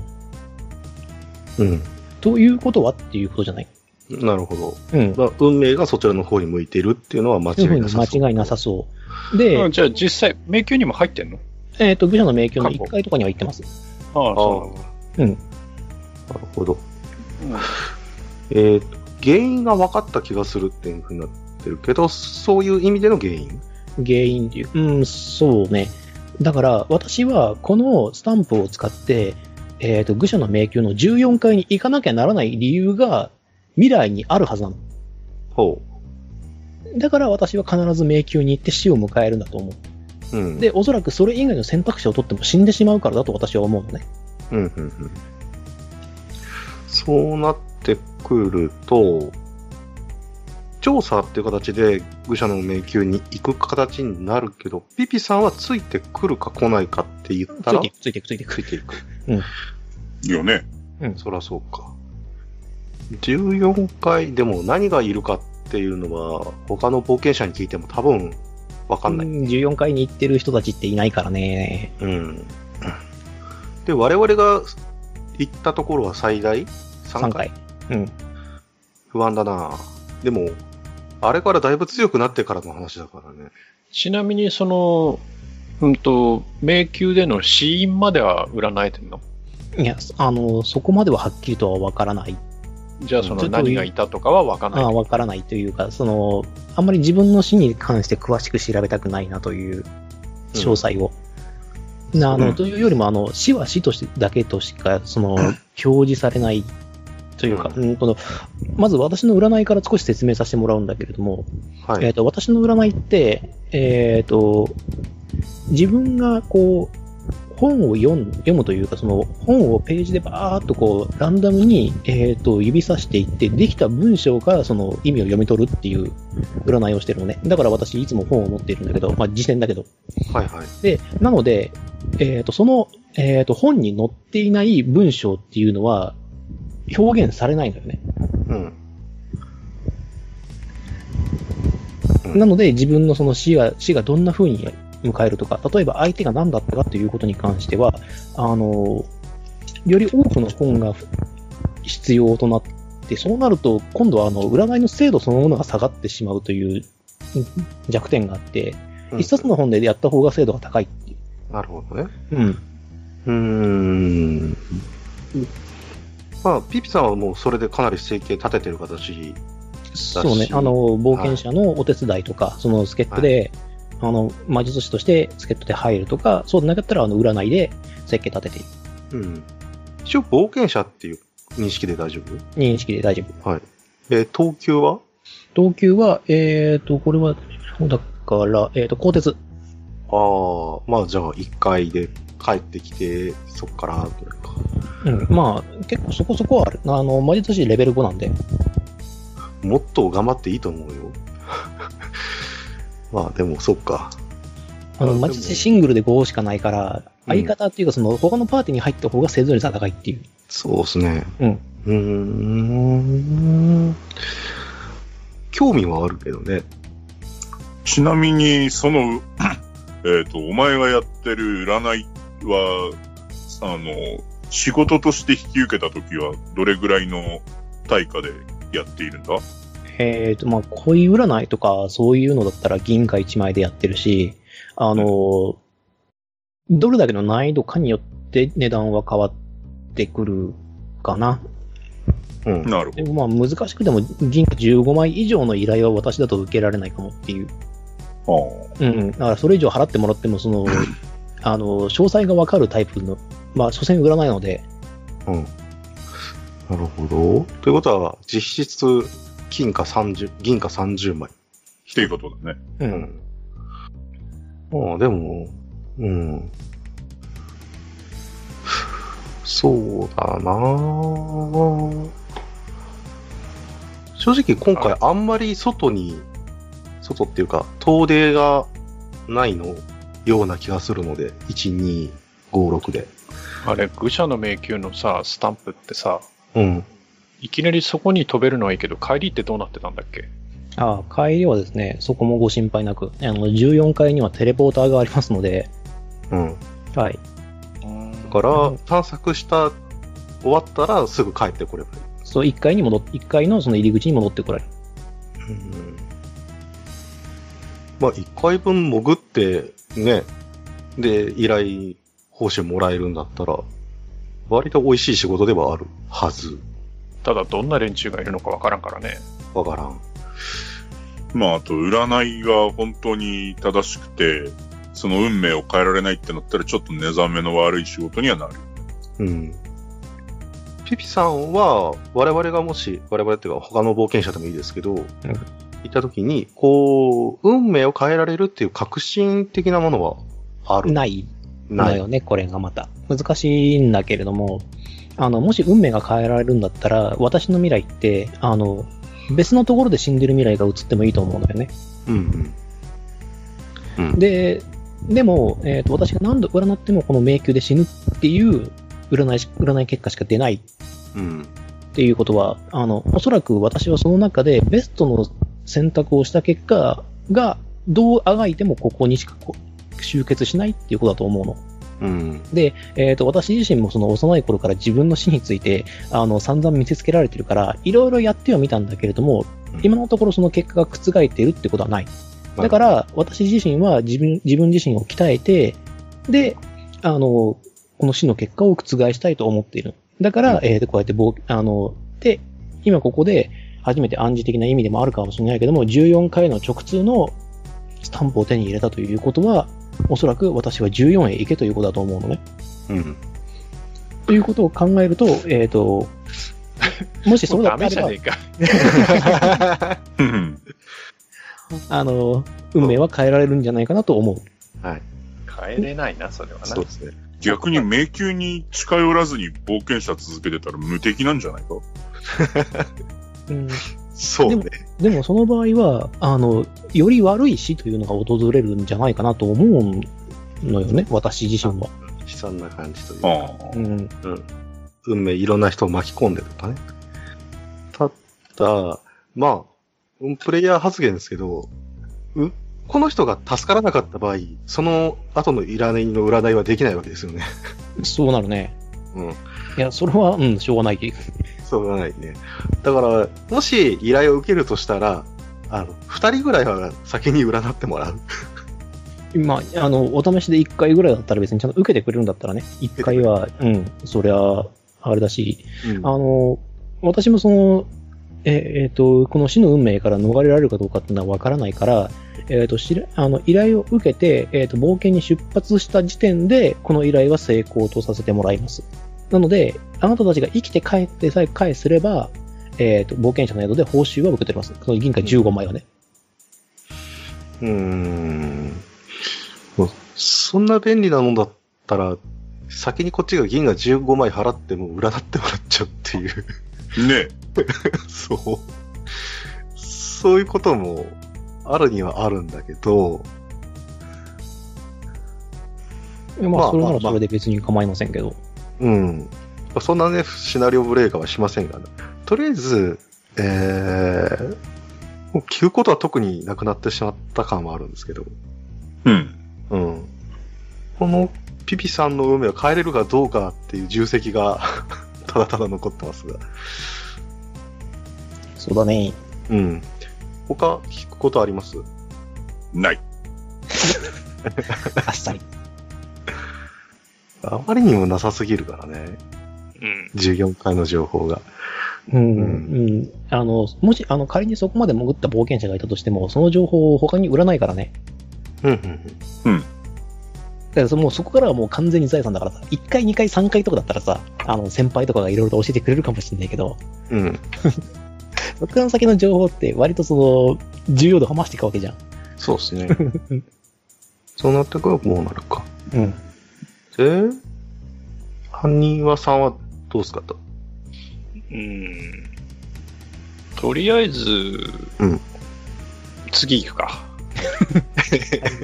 うん。ということはっていうことじゃない。なるほど。うん。まあ、運命がそちらの方に向いているっていうのは間とい違うふういなにさそう。間違いなさそう。で、うんじゃあ実際、迷宮にも入ってんのえっ、と、愚者の迷宮の1階とかには行ってます。ああ、ああそ、うん。なるほど。うなんだ。えーと、原因が分かった気がするっていうふうになってるけど、そういう意味での原因原因っていう。うん、そうね。だから、私はこのスタンプを使って、えっ、と、愚者の迷宮の14階に行かなきゃならない理由が未来にあるはずなの。ほだから私は必ず迷宮に行って死を迎えるんだと思う。うん。う。で、おそらくそれ以外の選択肢を取っても死んでしまうからだと私は思うのね。うん、うん、うん。そうなってくると、調査っていう形で愚者の迷宮に行く形になるけど、ピピさんはついてくるか来ないかって言っつたいらてい、く、ついていく、ついていく。ついていく。いいよね。そらそうか。14回、でも何がいるかっていうのは、他の冒険者に聞いても多分わかんない。うん14階に行ってる人たちっていないからね。うん。で、我々が行ったところは最大3 3回階。うん。不安だなでも、あれからだいぶ強くなってからの話だからね。ちなみに、その、うんと、迷宮での死因までは占えてんのいや、あの、そこまでははっきりとはわからない。じゃあ、そちょのっといい何がいたとかは分かんない。ああ、わからないというか、その、あんまり自分の死に関して詳しく調べたくないなという、うん詳細を。なあの、うんというよりも、あの、死は死として、だけとしか、その、表示されないというか、ううんこの、まず私の占いから少し説明させてもらうんだけれども、はえっ、い。と、私の占いって、えっ、と、自分がこう、本を読む読むというか、その本をページでバーっとこう、ランダムに、えっ、と、指さしていって、できた文章からその意味を読み取るっていう占いをしてるのね。だから私いつも本を持っているんだけど、まあ、辞典だけど。はいはい。で、なので、えっ、と、その、えっ、と、本に載っていない文章っていうのは、表現されないんだよね。うん。うんなので、自分のその死が、死がどんな風に迎えるとか、例えば相手が何だったかということに関しては、あの、より多くの本が必要となって、そうなると、今度はあの、占いの精度そのものが下がってしまうといううん弱点があって、うん一冊の本でやった方が精度が高いっていう。なるほどね。うん。うーん。まあ、ピピさんはもうそれでかなり生計立ててる形。そうね、あの、冒険者のお手伝いとか、その助っ人で、あの、魔術師として助っ人で入るとか、そうでなかったら、あの、占いで設計立てていく、うん。一応冒険者っていう認識で大丈夫認識で大丈夫。はい。えー、等級は等級は、えーと、これは、だから、えーと、鋼鉄。ああ、まあじゃあ一回で帰ってきて、そっから、というか。うん。まあ、結構そこそこはある。あの、魔術師レベル5なんで。もっと頑張っていいと思うよ。 まあでも、そっか。あの、あでも魔術師シングルで5しかないから、うん相方っていうか、その、他のパーティーに入った方が生存率が高いっていう。そうですね。うん。うーん。興味はあるけどね。ちなみに、その、 えっと、お前がやってる占いは、あの、仕事として引き受けたときは、どれぐらいの対価でやっているんだえーと、まあ、恋占いとか、そういうのだったら銀貨1枚でやってるし、あの、どれだけの難易度かによって値段は変わってくるかな。うん。なるほでど。もまあ、難しくても銀貨15枚以上の依頼は私だと受けられないかもっていう。あうん、うん。だからそれ以上払ってもらっても、その、あの、詳細がわかるタイプの、まあ、所詮占いなので、うん。なるほど。ということは、実質、金貨30、銀貨30枚。あっていうことだね。う。。うんああ、でも、うん。そうだなあ正直今回あんまり外に、外っていうか、遠出がないのような気がするので、1、2、5、6で。あれ、愚者の迷宮のさ、スタンプってさ、うん。いきなりそこに飛べるのはいいけど、帰りってどうなってたんだっけああ、帰りはですね、そこもご心配なく、あの、14階にはテレポーターがありますので、うん。はい。だから、探索した、終わったらすぐ帰ってこればいい。そう、1階に戻っ、一階のその入り口に戻ってこられる。うんまあ、1回分潜って、ね、で、依頼報酬もらえるんだったら、割と美味しい仕事ではあるはず。ただ、どんな連中がいるのかわからんからね。わからん。まあ、あと、占いが本当に正しくて、その運命を変えられないってなったら、ちょっと目覚めの悪い仕事にはなる。うん。ピピさんは、我々がもし、我々っていうか他の冒険者でもいいですけど、行った時に、こう、運命を変えられるっていう確信的なものはある。ないなだい。よね、これがまた。難しいんだけれども、あの、もし運命が変えられるんだったら、私の未来って、あの、別のところで死んでる未来が映ってもいいと思うのよね。うんうん。うん。で、でも、えっ、と、私が何度占ってもこの迷宮で死ぬっていう占いし、占い結果しか出ないうん。っていうことは、あの、おそらく私はその中でベストの選択をした結果が、どうあがいてもここにしかこう集結しないっていうことだと思うの。うん。えっ、と、私自身もその幼い頃から自分の死について、あの、散々見せつけられてるから、いろいろやってはみたんだけれども、今のところその結果が覆っているってことはない。だか、ら、私自身は自分、自分自身を鍛えて、で、あの、この死の結果を覆したいと思っている。だから、えーとこうやって冒、あの、で、今ここで、初めて暗示的な意味でもあるかもしれないけども、14回の直通のスタンプを手に入れたということは、おそらく私は14へ行けということだと思うのね。うん。ということを考えると、えっ、 と、もしそうだダったメじゃらねえ、か。うんあの、運命は変えられるんじゃないかなと思う。帰れないな、それはな。そうですね。逆に迷宮に近寄らずに冒険者続けてたら無敵なんじゃないかうん、そうね。でもその場合は、あの、より悪い死というのが訪れるんじゃないかなと思うのよね、私自身は。悲惨な感じというか、ああうん。運命いろんな人を巻き込んでとかね。ただ、まあ、うんプレイヤー発言ですけど、うこの人が助からなかった場合、その後の占いの占いはできないわけですよね。そうなるね。うん。いや、それは、うん、しょうがない。そうがないね。だから、もし依頼を受けるとしたら、あの、二人ぐらいは先に占ってもらう。まあ、あの、お試しで1回ぐらいだったら別にちゃんと受けてくれるんだったらね、1回は、うん、そりゃ、あれだし、あの、私もその、ええーと、この死の運命から逃れられるかどうかっていうのはわからないから、えーと、しらあの、依頼を受けて、えーと、冒険に出発した時点で、この依頼は成功とさせてもらいます。なので、あなたたちが生きて帰ってさえ返すれば、えーと、冒険者の宿で報酬は受け取ります。その銀貨15枚はね。うーん。もうそんな便利なのだったら、先にこっちが銀が15枚払っても占ってもらっちゃうっていう。 ねそう。そういうこともあるにはあるんだけど、ままあ、あそれなまらあまあそれで別に構いませんけど。うん。そんなね、シナリオブレーカーはしませんが、ね、とりあえず、えー、もう聞くことは特になくなってしまった感はあるんですけど、うん。うん。このピピさんの運命は変えれるかどうかっていう重責 が、ただただ残ってますが、そうだね。うん。他、聞くことありますない。 あっさり。あまりにもなさすぎるからね、うん。 14回の情報が。うん、ううんん。あの、もし、あの、仮にそこまで潜った冒険者がいたとしても、その情報を他に売らないからね。うん、うだん、からそもうそこからはもう完全に財産だからさ、1回、2回、3回とかだったらさ、あの、先輩とかがいろいろと教えてくれるかもしれないけど、 うん。うん。そこから先の情報って割とその、重要度をはましていくわけじゃん。そうですね。 そうなってくればこうなるか。うん。で、犯人はさんはどうですかと。うん。とりあえず、うん次行くか。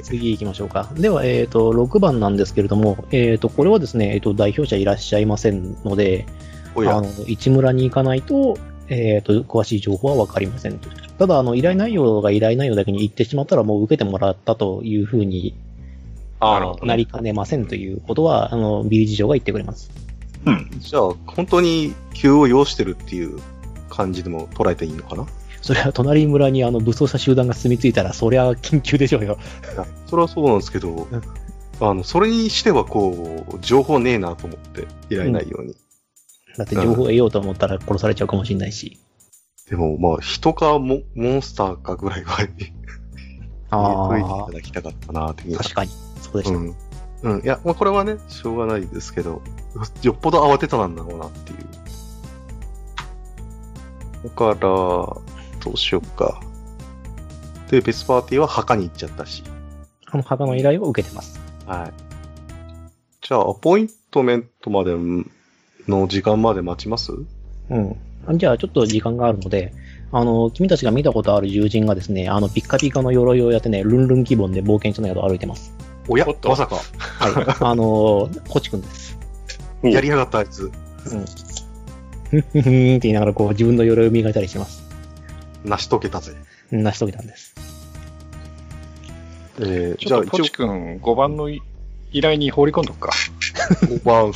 次行きましょうか。では、えっ、と、6番なんですけれども、えっ、と、これはですね、えっ、と、代表者いらっしゃいませんので、おあやの、、市村に行かないと、えっ、と、詳しい情報は分かりませんと。ただ、あの、依頼内容が依頼内容だけに言ってしまったら、もう受けてもらったというふうにあなるほどなりかねませんということは、あの、ビリ事情が言ってくれます。じゃあ、本当に急を要してるっていう感じでも捉えていいのかなそれは隣村にあの武装した集団が住み着いたら、そりゃ緊急でしょうよ。それはそうなんですけど、うんあの、それにしてはこう、情報ねえなと思って、依頼ないように。だって情報を得ようと思ったら殺されちゃうかもしれないし。でも、まあ、人かモモンスターかぐらいは、解いていあただきたかったなっていうあ、確かに。そうでしうた。ん。うん。いや、まあ、これはね、しょうがないですけど、よっぽど慌てたなんだろうなっていう。だから、どうしようか。で、別パーティーは墓に行っちゃったし。あの墓の依頼を受けてます。はい。じゃあ、アポイントメントまでの時間まで待ちますうん。じゃあ、ちょっと時間があるので、あの、君たちが見たことある友人がですね、あの、ピッカピカの鎧をやってね、ルンルン気分で冒険者の宿を歩いてます。おやおっ、とまさか。はい。あの、コチ君です。お やりやがったあいつ。ふんふんふんって言いながら、こう、自分の鎧を磨いたりしてます。成し遂げたぜ。成し遂げたんです。えー、ちじゃょあっとポ一応チ君、5番のい依頼に放り込んどくか。 5番。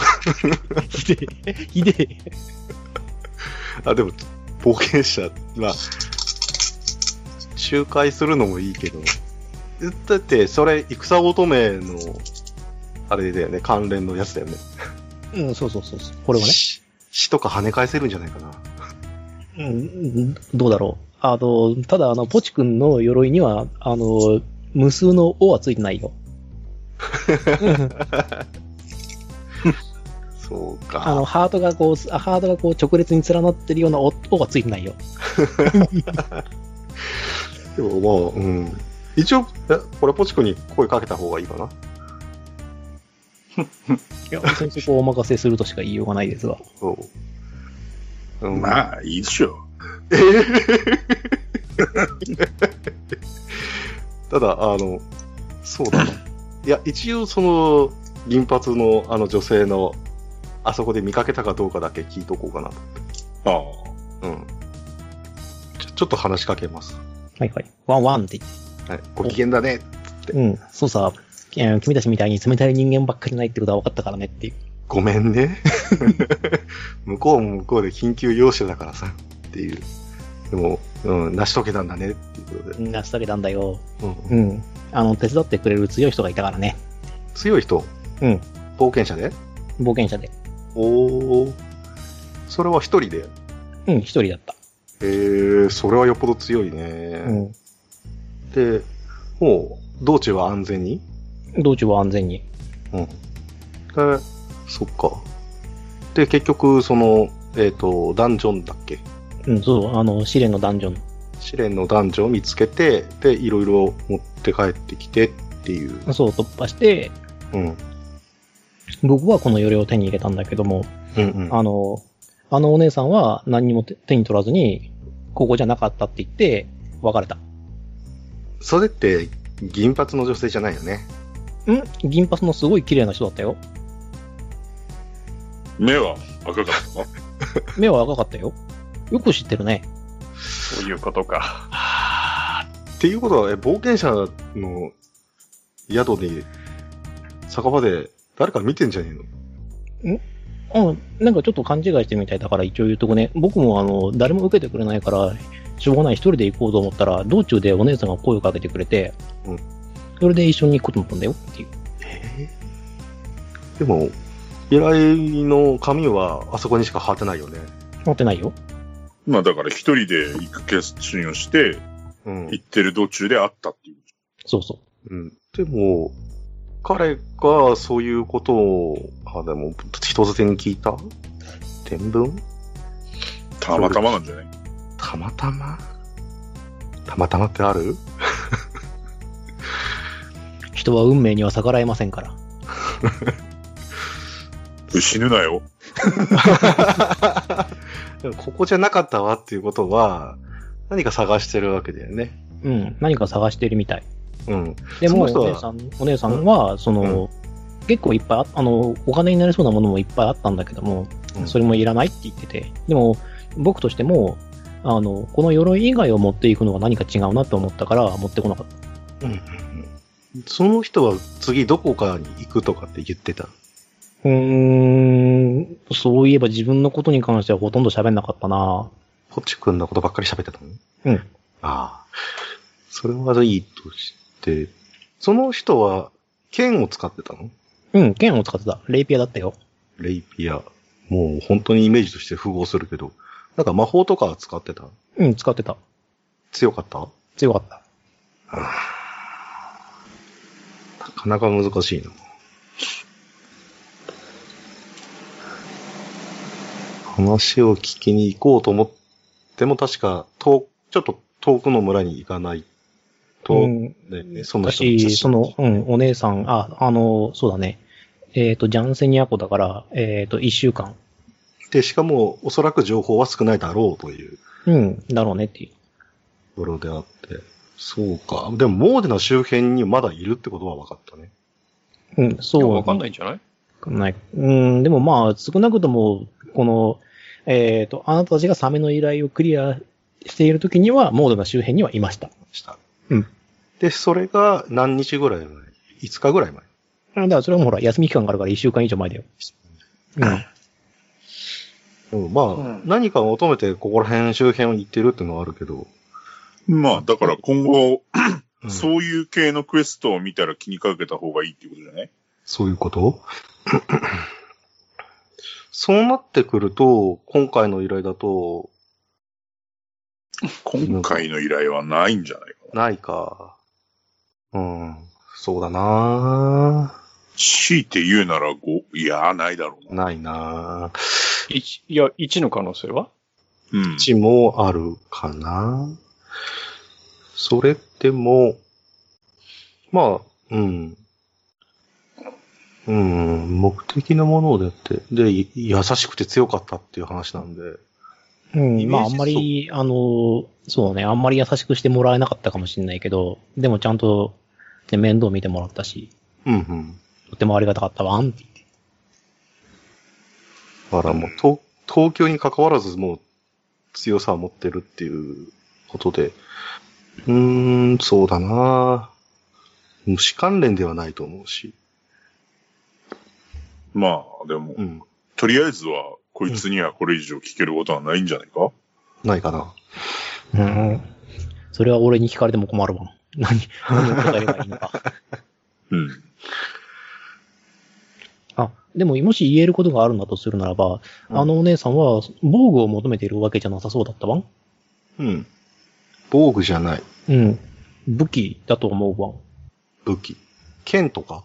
ひでえ、ひでえ。 あ、でも、冒険者、まあ、仲介するのもいいけど、だって、それ、戦乙女の、あれだよね、関連のやつだよね。うん、そうそうそうそう。これをね。死死とか跳ね返せるんじゃないかな。うんどうだろう。あの、ただ、あの、ポチ君の鎧には、あの、無数の尾はついてないよ。そうあか。の、ハートがこう、ハートがこう、直列に連なってるような尾尾はついてないよ。でも、まあ、うん。一応、えこれ、ポチ君に声かけた方がいいかな。いや、別にそこをお任せするとしか言いようがないですが。そう。うん、あ。まあ、いいでしょ。えーただ、あの、そう だな。いや、一応その、銀髪のあの女性の、あそこで見かけたかどうかだけ聞いとこうかなと。ああ。うん。ちょちょっと話しかけます。はいはい。ワンワンって言って。はいご機嫌だね。うん。そうさ、えー君たちみたいに冷たい人間ばっかりじゃないってことは分かったからねっていう。ごめんね。 向こうも向こうで緊急要請だからさ、っていう。でも、うん、成し遂げたんだね、っていうことで。成し遂げたんだよ。うんうん。あの、手伝ってくれる強い人がいたからね。強い人うん。冒険者で冒険者で。おお。それは一人でうん、一人だった。えー、それはよっぽど強いね。うん。で、もう、道中は安全に道中は安全に。うん。で、そっか。で、結局、その、えっ、と、ダンジョンだっけうん、そう、あの、試練のダンジョン。試練のダンジョンを見つけて、で、いろいろ持って帰ってきてっていう。そう、突破して、うん。うん僕はこのヨレを手に入れたんだけども、うん。あの、あのお姉さんは何にも手手に取らずに、ここじゃなかったって言って、別れた。それって、銀髪の女性じゃないよね。ん銀髪のすごい綺麗な人だったよ。目は赤かったの目は赤かったよ。よく知ってるね。そういうことか。っていうことは、え冒険者の宿に、酒場で誰か見てんじゃねえのうん、なんかちょっと勘違いしてるみたいだから一応言うとこね。僕もあの、誰も受けてくれないから、しょうがない一人で行こうと思ったら、道中でお姉さんが声をかけてくれて、うんそれで一緒に行くことになったんだよっていう。えーでも、依頼の紙はあそこにしか貼ってないよね。持ってないよ。まあだから一人で行く決心をして、うん。行ってる途中で会ったっていう。そうそうん、でも、彼がそういうことを、あ、でも、人づてに聞いた伝聞たまたまなんじゃないたまたまたまたまってあるう。人は運命には逆らえませんから。死ぬなよ。でもここじゃなかったわっていうことは、何か探してるわけだよね。うん。何か探してるみたい。うん。でも、そおの姉人さん、お姉さんは、その、結構いっぱいあ、あの、お金になりそうなものもいっぱいあったんだけども、うんそれもいらないって言ってて、でも、僕としても、あの、この鎧以外を持っていくのは何か違うなと思ったから、持ってこなかった。うんうんうんその人は次どこかに行くとかって言ってた。うーん、そういえば自分のことに関してはほとんど喋んなかったなポチ君のことばっかり喋ってたのうん。ああ。それはいいとして、その人は剣を使ってたのうん、剣を使ってた。レイピアだったよ。レイピア。もう本当にイメージとして符合するけど。なんか魔法とかは使ってたうん、使ってた。強かった強かった。なかなか難しいな。話を聞きに行こうと思っても確か遠、ちょっと遠くの村に行かないと、うん、ね、その人の写私、真その、うん、お姉さん、あ、あの、そうだね。えっ、と、ジャンセニア湖だから、えっ、と、一週間。で、しかもおそらく情報は少ないだろうといううん、だろうねっていう。ところであって。そうか。でも、モーデの周辺にまだいるってことは分かったね。うん、いやそう。。わかんないいんじゃないない。うん、でもまあ、少なくとも、この、えっ、と、あなたたちがサメの依頼をクリアしているときには、モードの周辺にはいました。した。うん。で、それが何日ぐらい前 ?5 日ぐらい前。うんだからそれはもうほら、休み期間があるから一週間以上前だよ。うん。うん、まあ、うん何かを求めてここら辺周辺を行ってるってのはあるけど。まあだから今後、うんそういう系のクエストを見たら気にかけた方がいいっていうことじゃないそういうこと そうなってくると、今回の依頼だと、今回の依頼はないんじゃないかな。ないか。うん。そうだな強いて言うなら5、いや、ないだろうな。ないな一いや、1の可能性はうん。地もあるかな。それでも、まあ、うん。うん、目的のものをだって、で、い優しくて強かったっていう話なんで、うん、イメージまああんまり、あの、そうね、あんまり優しくしてもらえなかったかもしれないけど、でもちゃんと、ね、面倒見てもらったし、うんうん。とてもありがたかったわんって言って。だからもう、東東京に関わらずもう強さを持ってるっていうことで、うーん、そうだな虫関連ではないと思うし。まあ、でも、うん。とりあえずは、こいつにはこれ以上聞けることはないんじゃないか、ないかな。うん。それは俺に聞かれても困るわ。何、何を答えればいいのか。うん、あ、でも、もし言えることがあるんだとするならば、うんあのお姉さんは防具を求めているわけじゃなさそうだったわん。うん。防具じゃない。うん。武器だと思うわん。武器。剣とか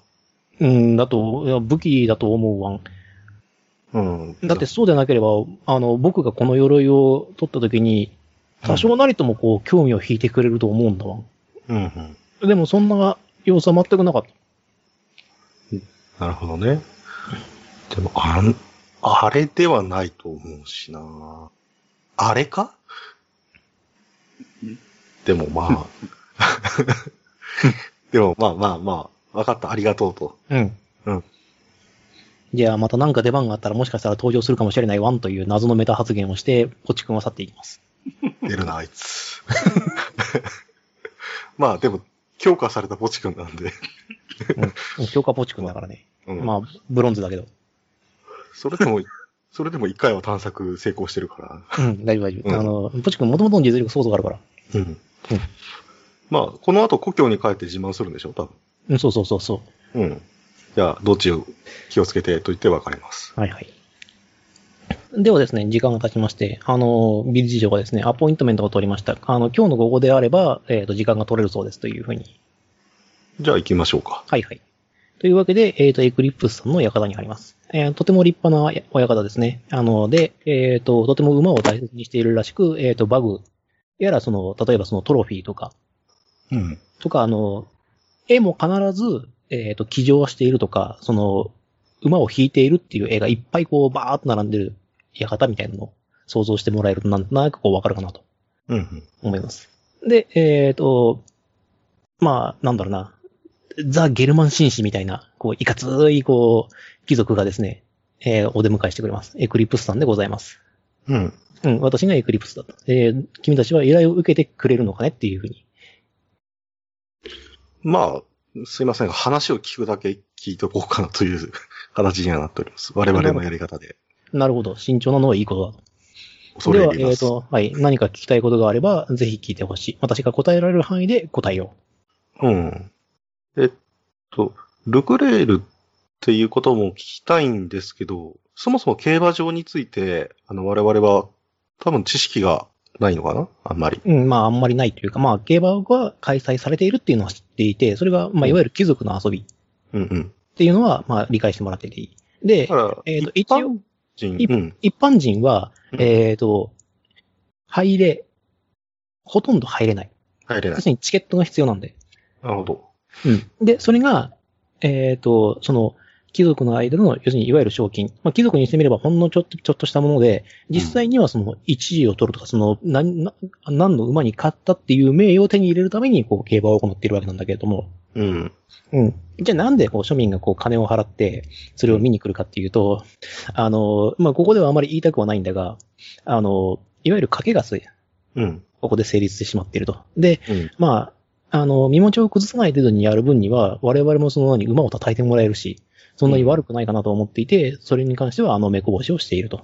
うん、だと、いや武器だと思うわん。うん。だって、そうでなければ、あの、僕がこの鎧を取った時に、多少なりともこう、興味を引いてくれると思うんだわん。うんうん。でも、そんな様子は全くなかった。なるほどね。でも、あん、あれではないと思うしなあれかでもまあ。 でもまあまあまあ、わかった、ありがとうと。うん。うん。じゃあ、またなんか出番があったら、もしかしたら登場するかもしれないワンという謎のメタ発言をして、ポチ君は去っていきます。出るな、あいつ。 まあでも、強化されたポチ君なんで。うん強化ポチ君だからね。うん、まあ、ブロンズだけど。それでも、それでも一回は探索成功してるかうん、 大丈夫大丈夫。うんあの、ポチ君もともとの実力相当があるから。ら。うん。まあ、この後故郷に帰って自慢するんでしょ、多分。うん、そうそうそうそうん。じゃあ、どっちを気をつけてと言って別れます。う。はいはい。ではですね、時間が経ちまして、あの、ビル事情がですね、アポイントメントを取りました。あの、今日の午後であれば、えっ、と、時間が取れるそうですというふうに。じゃあ行きましょうか。はいはい。というわけで、えっ、と、エクリプスさんの館にあります。えーとても立派な親方ですね。あの、で、えっ、と、とても馬を大切にしているらしく、えっ、と、バグやら、その、例えばそのトロフィーとか、うん。とか、あの、絵も必ず、えっ、と、騎乗はしているとか、その、馬を引いているっていう絵がいっぱいこう、バーっと並んでる館みたいなのを想像してもらえると、なんとなくこう、わかるかなとうんうん。思います。で、えっ、と、まあ、なんだろうな、ザ・ゲルマン紳士みたいな、こう、いかつい、こう、貴族がですね、えーお出迎えしてくれます。エクリプスさんでございます。うん。うん、私がエクリプスだった。えー君たちは依頼を受けてくれるのかねっていうふうに。まあ、すいませんが、話を聞くだけ聞いておこうかなという 形にはなっております。我々のやり方で。なるほど。慎重なのはいいことだと。恐れ入でりは、えまっ、す。と、はい。何か聞きたいことがあれば、ぜひ聞いてほしい。私が答えられる範囲で答えようん。えっと、ルクレールっていうことも聞きたいんですけど、そもそも競馬場について、あの、我々は多分知識がないのかなあんまり。う。うん、まあ、あんまりないというか、まあ、競馬が開催されているっていうのは知っていて、それが、まあ、いわゆる貴族の遊びっうんうん。ていうのは、まあ、理解してもらってていい。でだか、ら、えっ、と、一一応般、人、一うん。一般人は、うんえっ、と、入れ、ほとんど入れない。入れない確。かにチケットが必要なんで。なるほど。うん。で、それが、えっ、と、その、貴族の間の、要するにいわゆる賞金。まあ、貴族にしてみればほんのちょっと、ちょっとしたもので、実際にはその1位を取るとか、その何、な何の馬に勝ったっていう名誉を手に入れるために、こう、競馬を行っているわけなんだけれども。うん。うん。じゃあなんでこう庶民がこう金を払って、それを見に来るかっていうと、あの、まあ、ここではあまり言いたくはないんだが、あの、いわゆる賭けがすうん。ここで成立してしまっていると。で、うんまあ、あの、身持ちを崩さない程度にやる分には、我々もそのように馬を叩いてもらえるし、そんなに悪くないかなと思っていて、それに関しては、あの、目こぼしをしていると。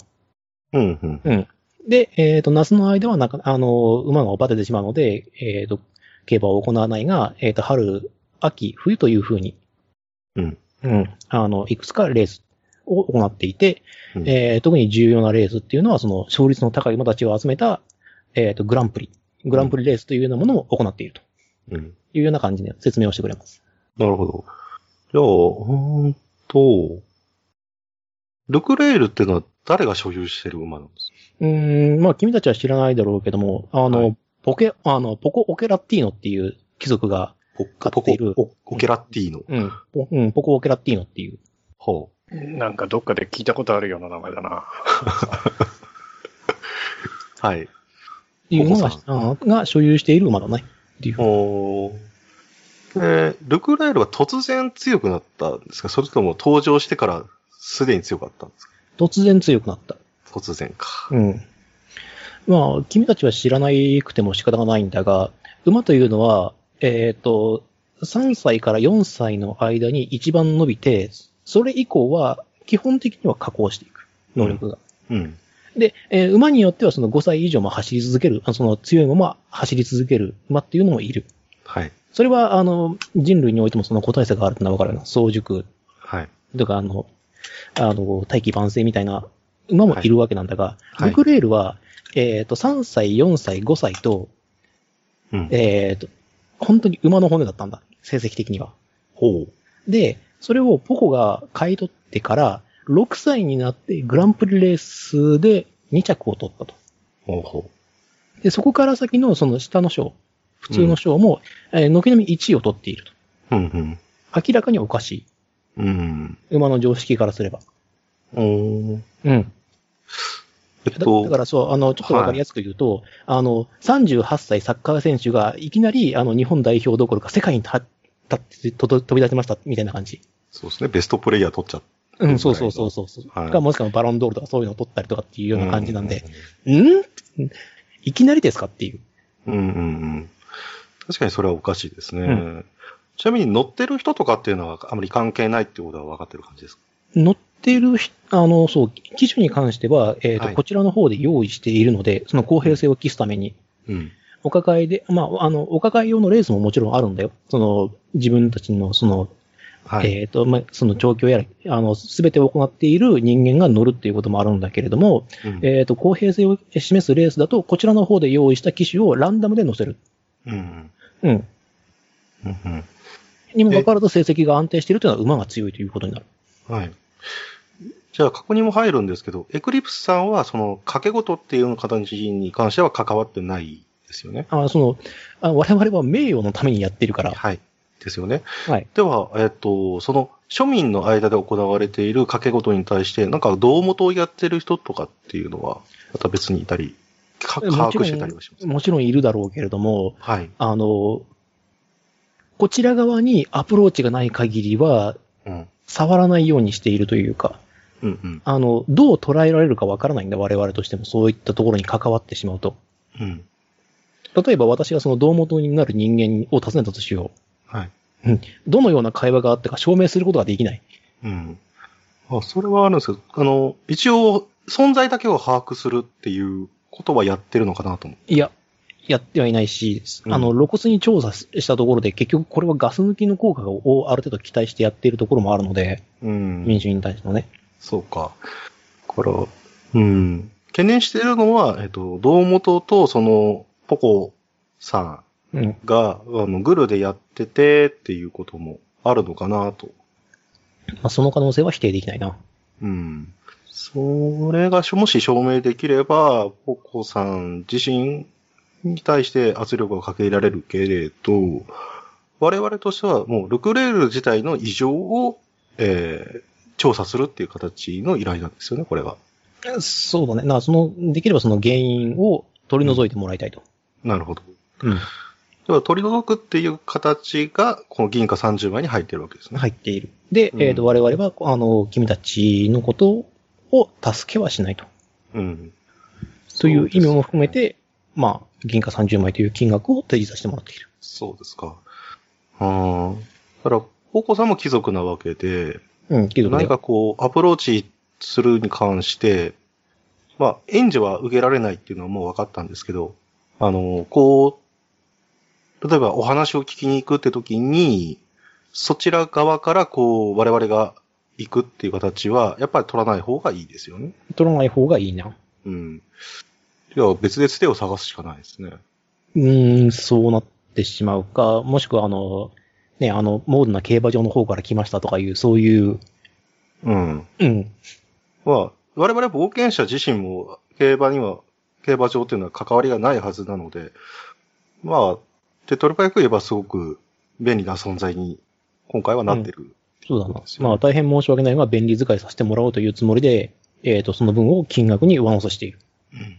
うん。うん。で、えっ、と、夏の間はなか、あの、馬がバテてしまうので、えっ、と、競馬を行わないが、えっ、と、春、秋、冬というふうに、うん。うん。あの、いくつかレースを行っていて、うんえー特に重要なレースっていうのは、その、勝率の高い馬たちを集めた、えっ、と、グランプリ、グランプリレースというようなものを行っているとうん。いうような感じで説明をしてくれます。なるほど。じゃあ、うーんと、ルクレールっていうのは誰が所有してる馬なんですうーん、まあ、君たちは知らないだろうけども、あの、はポケ、あの、ポコ・オケラッティーノっていう貴族が、か飼ポってコいる、ポオケラッティーノ。うん、ポうん、ポコ・オケラッティーノっていう。ほなんかどっかで聞いたことあるような名前だな。う。はい。いうのがポコ、さんあーが所有している馬だね。っていう。おで、ルクレールは突然強くなったんですかそれとも登場してからすでに強かったんですか突然強くなった。突然か。うん。まあ、君たちは知らなくても仕方がないんだが、馬というのは、えっ、と、3歳から4歳の間に一番伸びて、それ以降は基本的には加工していく、能力が。うん。で、えー馬によってはその5歳以上も走り続ける、あその強いまま走り続ける馬っていうのもいる。はい。それは、あの、人類においてもその個体差があるってのはわかるよな。早熟はい。とか、あの、あの、大器晩成みたいな馬もいるわけなんだが、はいルクレールは、えっ、と、3歳、4歳、5歳と、うん。えっ、と、本当に馬の骨だったんだ。成績的には。ほう。で、それをポコが買い取ってから、6歳になってグランプリレースで2着を取ったと。ほうほで、そこから先のその下の章、普通の章も、えー軒並み1位を取っていると。う。うん明らかにおかしうん。うん。い。馬の常識からすれば。おーうん。えっだと、だからそう、あの、ちょっとわかりやすく言うと、あの、38歳サッカー選手がいきなり、あの、日本代表どころか世界に立立って、とど飛び出せました、みたいな感じ。そうですね。ベストプレイヤー取っちゃっうん、そうそうそうそうそう。はいがもしかもバロンドールとかそういうのを取ったりとかっていうたような感じなんで、。んいきなりですかっていう。うんうんうん。確かにそれはおかしいですね。うんちなみに乗ってる人とかっていうのはあまり関係ないってことは分かってる感じですか乗ってるひ、あの、そう、機種に関しては、えっ、と、はいこちらの方で用意しているので、その公平性を期すために、うん。お抱えで、まあ、あの、お抱え用のレースももちろんあるんだよ。その、自分たちの、その、はい。えっ、と、まあ、その調教やら、あの、すべてを行っている人間が乗るっていうこともあるんだけれども、うんえっ、と、公平性を示すレースだと、こちらの方で用意した機種をランダムで乗せる。うんうん。うんうんにもかかわらず成績が安定しているというのは馬が強いということになる。はい。じゃあ、確認も入るんですけど、エクリプスさんは、その、掛け事っていう形に関しては関わってないですよね。あそのあ、我々は名誉のためにやってるから。はい。ですよね。はい。では、えっと、その、庶民の間で行われている掛け事に対して、なんか、胴元をやってる人とかっていうのは、また別にいたり、かも把ちろん握してたりはしますかもちろんいるだろうけれども、はい。あの、こちら側にアプローチがない限りは、うん。触らないようにしているというか、うんうん。あの、どう捉えられるかわからないんだ、我々としても。そういったところに関わってしまうと。うん。例えば私がその胴元になる人間を訪ねたとしよはい。う。どのような会話があったか証明することができない。うん。あ、それはあるんですけど、あの、一応、存在だけを把握するっていうことはやってるのかなと思う。いや、やってはいないし、うんあの、露骨に調査したところで、結局これはガス抜きの効果をある程度期待してやっているところもあるので、うん民主に対してのね。そうか。から、うん。懸念しているのは、えっと、堂本とその、ポコさうん。んが、あの、グルでやっててっていうこともあるのかなと。まあ、その可能性は否定できないな。うん。それがし、もし証明できれば、ポコさん自身に対して圧力をかけられるけれど、我々としてはもう、ルクレール自体の異常を、えー調査するっていう形の依頼なんですよね、これは。そうだね。な、その、できればその原因を取り除いてもらいたいと。なるほど。うん。では取り除くっていう形が、この銀貨30枚に入ってるわけですね。入っている。で、うんえっ、と、我々は、あの、君たちのことを助けはしないと。うん。という意味も含めそうですね。て、まあ、銀貨30枚という金額を提示させてもらっている。そうですか。ああ。だから、高校さんも貴族なわけで、うん、貴族で何かこう、アプローチするに関して、まあ、援助は受けられないっていうのはもう分かったんですけど、あの、こう、例えばお話を聞きに行くって時に、そちら側からこう、我々が行くっていう形は、やっぱり取らない方がいいですよね。取らない方がいいな。うん。いや、別でつてを探すしかないですね。うーん、そうなってしまうか、もしくはあの、ね、あの、モードな競馬場の方から来ましたとかいう、そういう、うん。うん、まあ、我々冒険者自身も競馬には、競馬場というのは関わりがないはずなので、まあ、手取り早く言えばすごく便利な存在に今回はなってる。そうだなそうで。すよねまあ、大変申し訳ないが、便利使いさせてもらおうというつもりで、えっ、と、その分を金額に上乗せしている。うん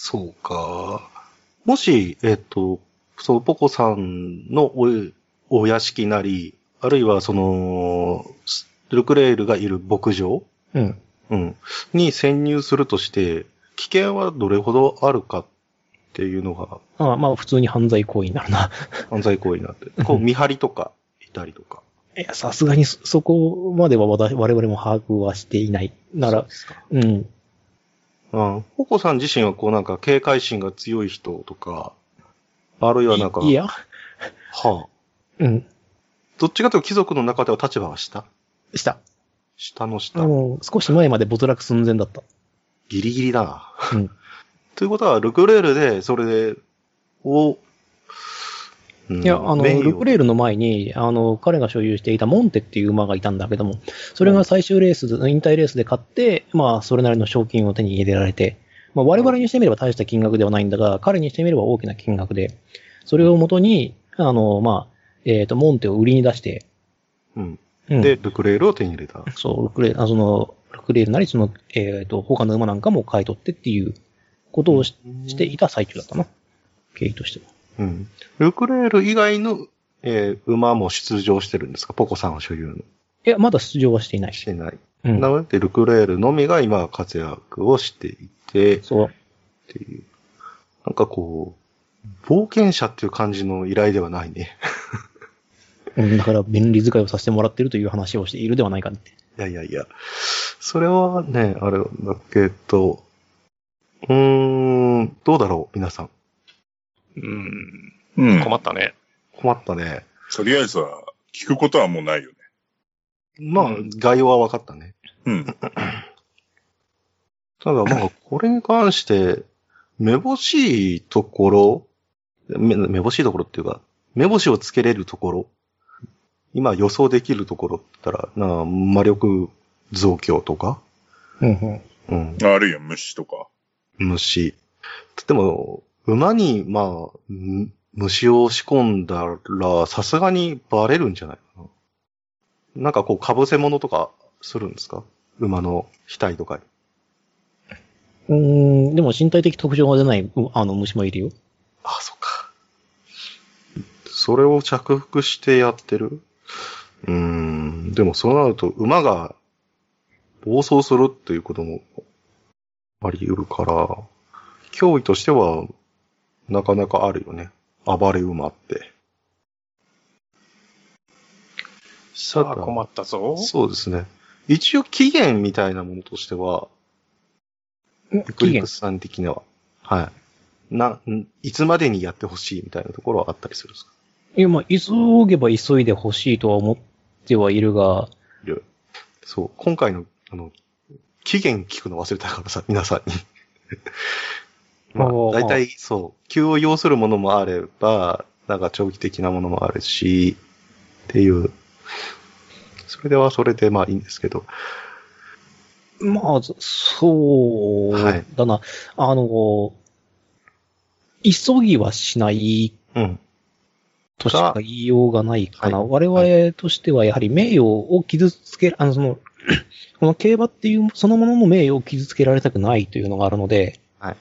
そうか。もし、えっ、と、そのポコさんのおお屋敷なり、あるいはその、ルクレールがいる牧場うん。うん。に潜入するとして、危険はどれほどあるかっていうのがあまあ、普通に犯罪行為になる な。犯罪行為になって、こう見張りとかいたりとか。いや、さすがにそそこまでは私我々も把握はしていない。なそうらで、すか。うん。うん。ココさん自身はこうなんか警戒心が強い人とか、あるいはなんか、いいや、はあ、うん。どっちかというと貴族の中では立場は下した。下の下あ。の、少し前まで没落寸前だった。ギリギリだな。うん。 ということは、ルクレールで、それで、を、うんいや、あの、名誉ルクレールの前に、あの、彼が所有していたモンテっていう馬がいたんだけども、それが最終レース、引退レースで買って、まあ、それなりの賞金を手に入れられて、まあ、我々にしてみれば大した金額ではないんだが、彼にしてみれば大きな金額で、それをもとに、あの、まあ、えっ、と、モンテを売りに出して、うん。うん、で、ルクレールを手に入れた。そう、ルクレール、あその、ルクレールなり、その、えっ、と、他の馬なんかも買い取ってっていうことをししていた最中だったな。経緯としては。うん。ルクレール以外の、えー馬も出場してるんですかポコさんは所有の。いや、まだ出場はしていない。してない。うんな。ので、ルクレールのみが今活躍をしていて、っそう。ていう。なんかこう、冒険者っていう感じの依頼ではないね。 うんだから便利使いをさせてもらってるという話をしているではないかって。いやいやいや。それはね、あれだけど、うーん、どうだろう皆さん。うん。うん。困ったね。困ったね。とりあえずは、聞くことはもうないよね。まあ、うん概要は分かったね。うん。ただまあ、これに関して、めぼしいところ、め、めぼしいところっていうか、めぼしをつけれるところ、今予想できるところって言ったら、なあ魔力増強とか、うんうん。うん、あるいは虫とか。虫。でも、馬に、まあ、ん虫を仕込んだら、さすがにバレるんじゃないかな。なんかこう、被せ物とかするんですか馬の額とかに。うーん、でも身体的特徴が出ない、うあの、虫もいるよ。あそっか。それを着服してやってるうーん。でもそうなると、馬が暴走するっていうこともあり得るから、脅威としては、なかなかあるよね。暴れ馬って。さたあ、だ困ったぞ。そうですね。一応期限みたいなものとしては、ク期リッ限ク。スさん的には。はい。な、んいつまでにやってほしいみたいなところはあったりするんですかいや、まあ、急げば急いでほしいとは思ってはいるが、そう、今回の、あの、期限聞くの忘れたからさ、皆さんに。 まあ、おー大体、そう、急を要するものもあれば、なんか長期的なものもあるし、っていう。それではそれでまあいいんですけど。まあ、そそうはいだな。あの、急ぎはしないうん。としか言いようがないかな。は我々としてはやはり名誉を傷つけ、あの、 その、この競馬っていう、そのものの名誉を傷つけられたくないというのがあるので、はい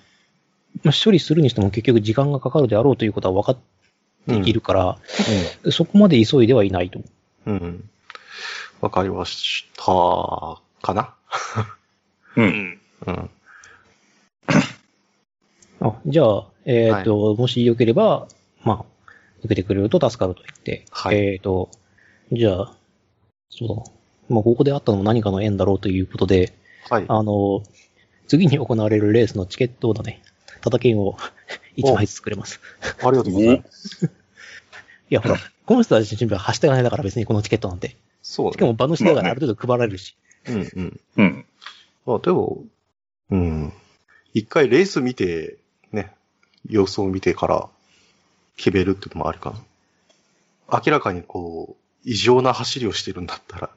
まあ、処理するにしても結局時間がかかるであろうということは分かっているから、そこまで急いではいないと。うん。うん。わかりました。かなう。うんん。うん。あじゃあ、えっ、と、もしよければ、まあ、受けてくれると助かると言って、はえいっ、と、じゃあ、そうだな。まあ、ここであったのも何かの縁だろうということで、はい。あの、次に行われるレースのチケットをだね、叩き を1枚ずつくれます。ありがとうございます。いや、ほら、この人たちの準備ははした金だから別にこのチケットなんて。そうしかね。も馬主だからある程度配られるし。うんうん。うん。まあでも、うん。一回レース見て、ね、様子を見てから決めるってのもあるかな。明らかにこう、異常な走りをしてるんだったら、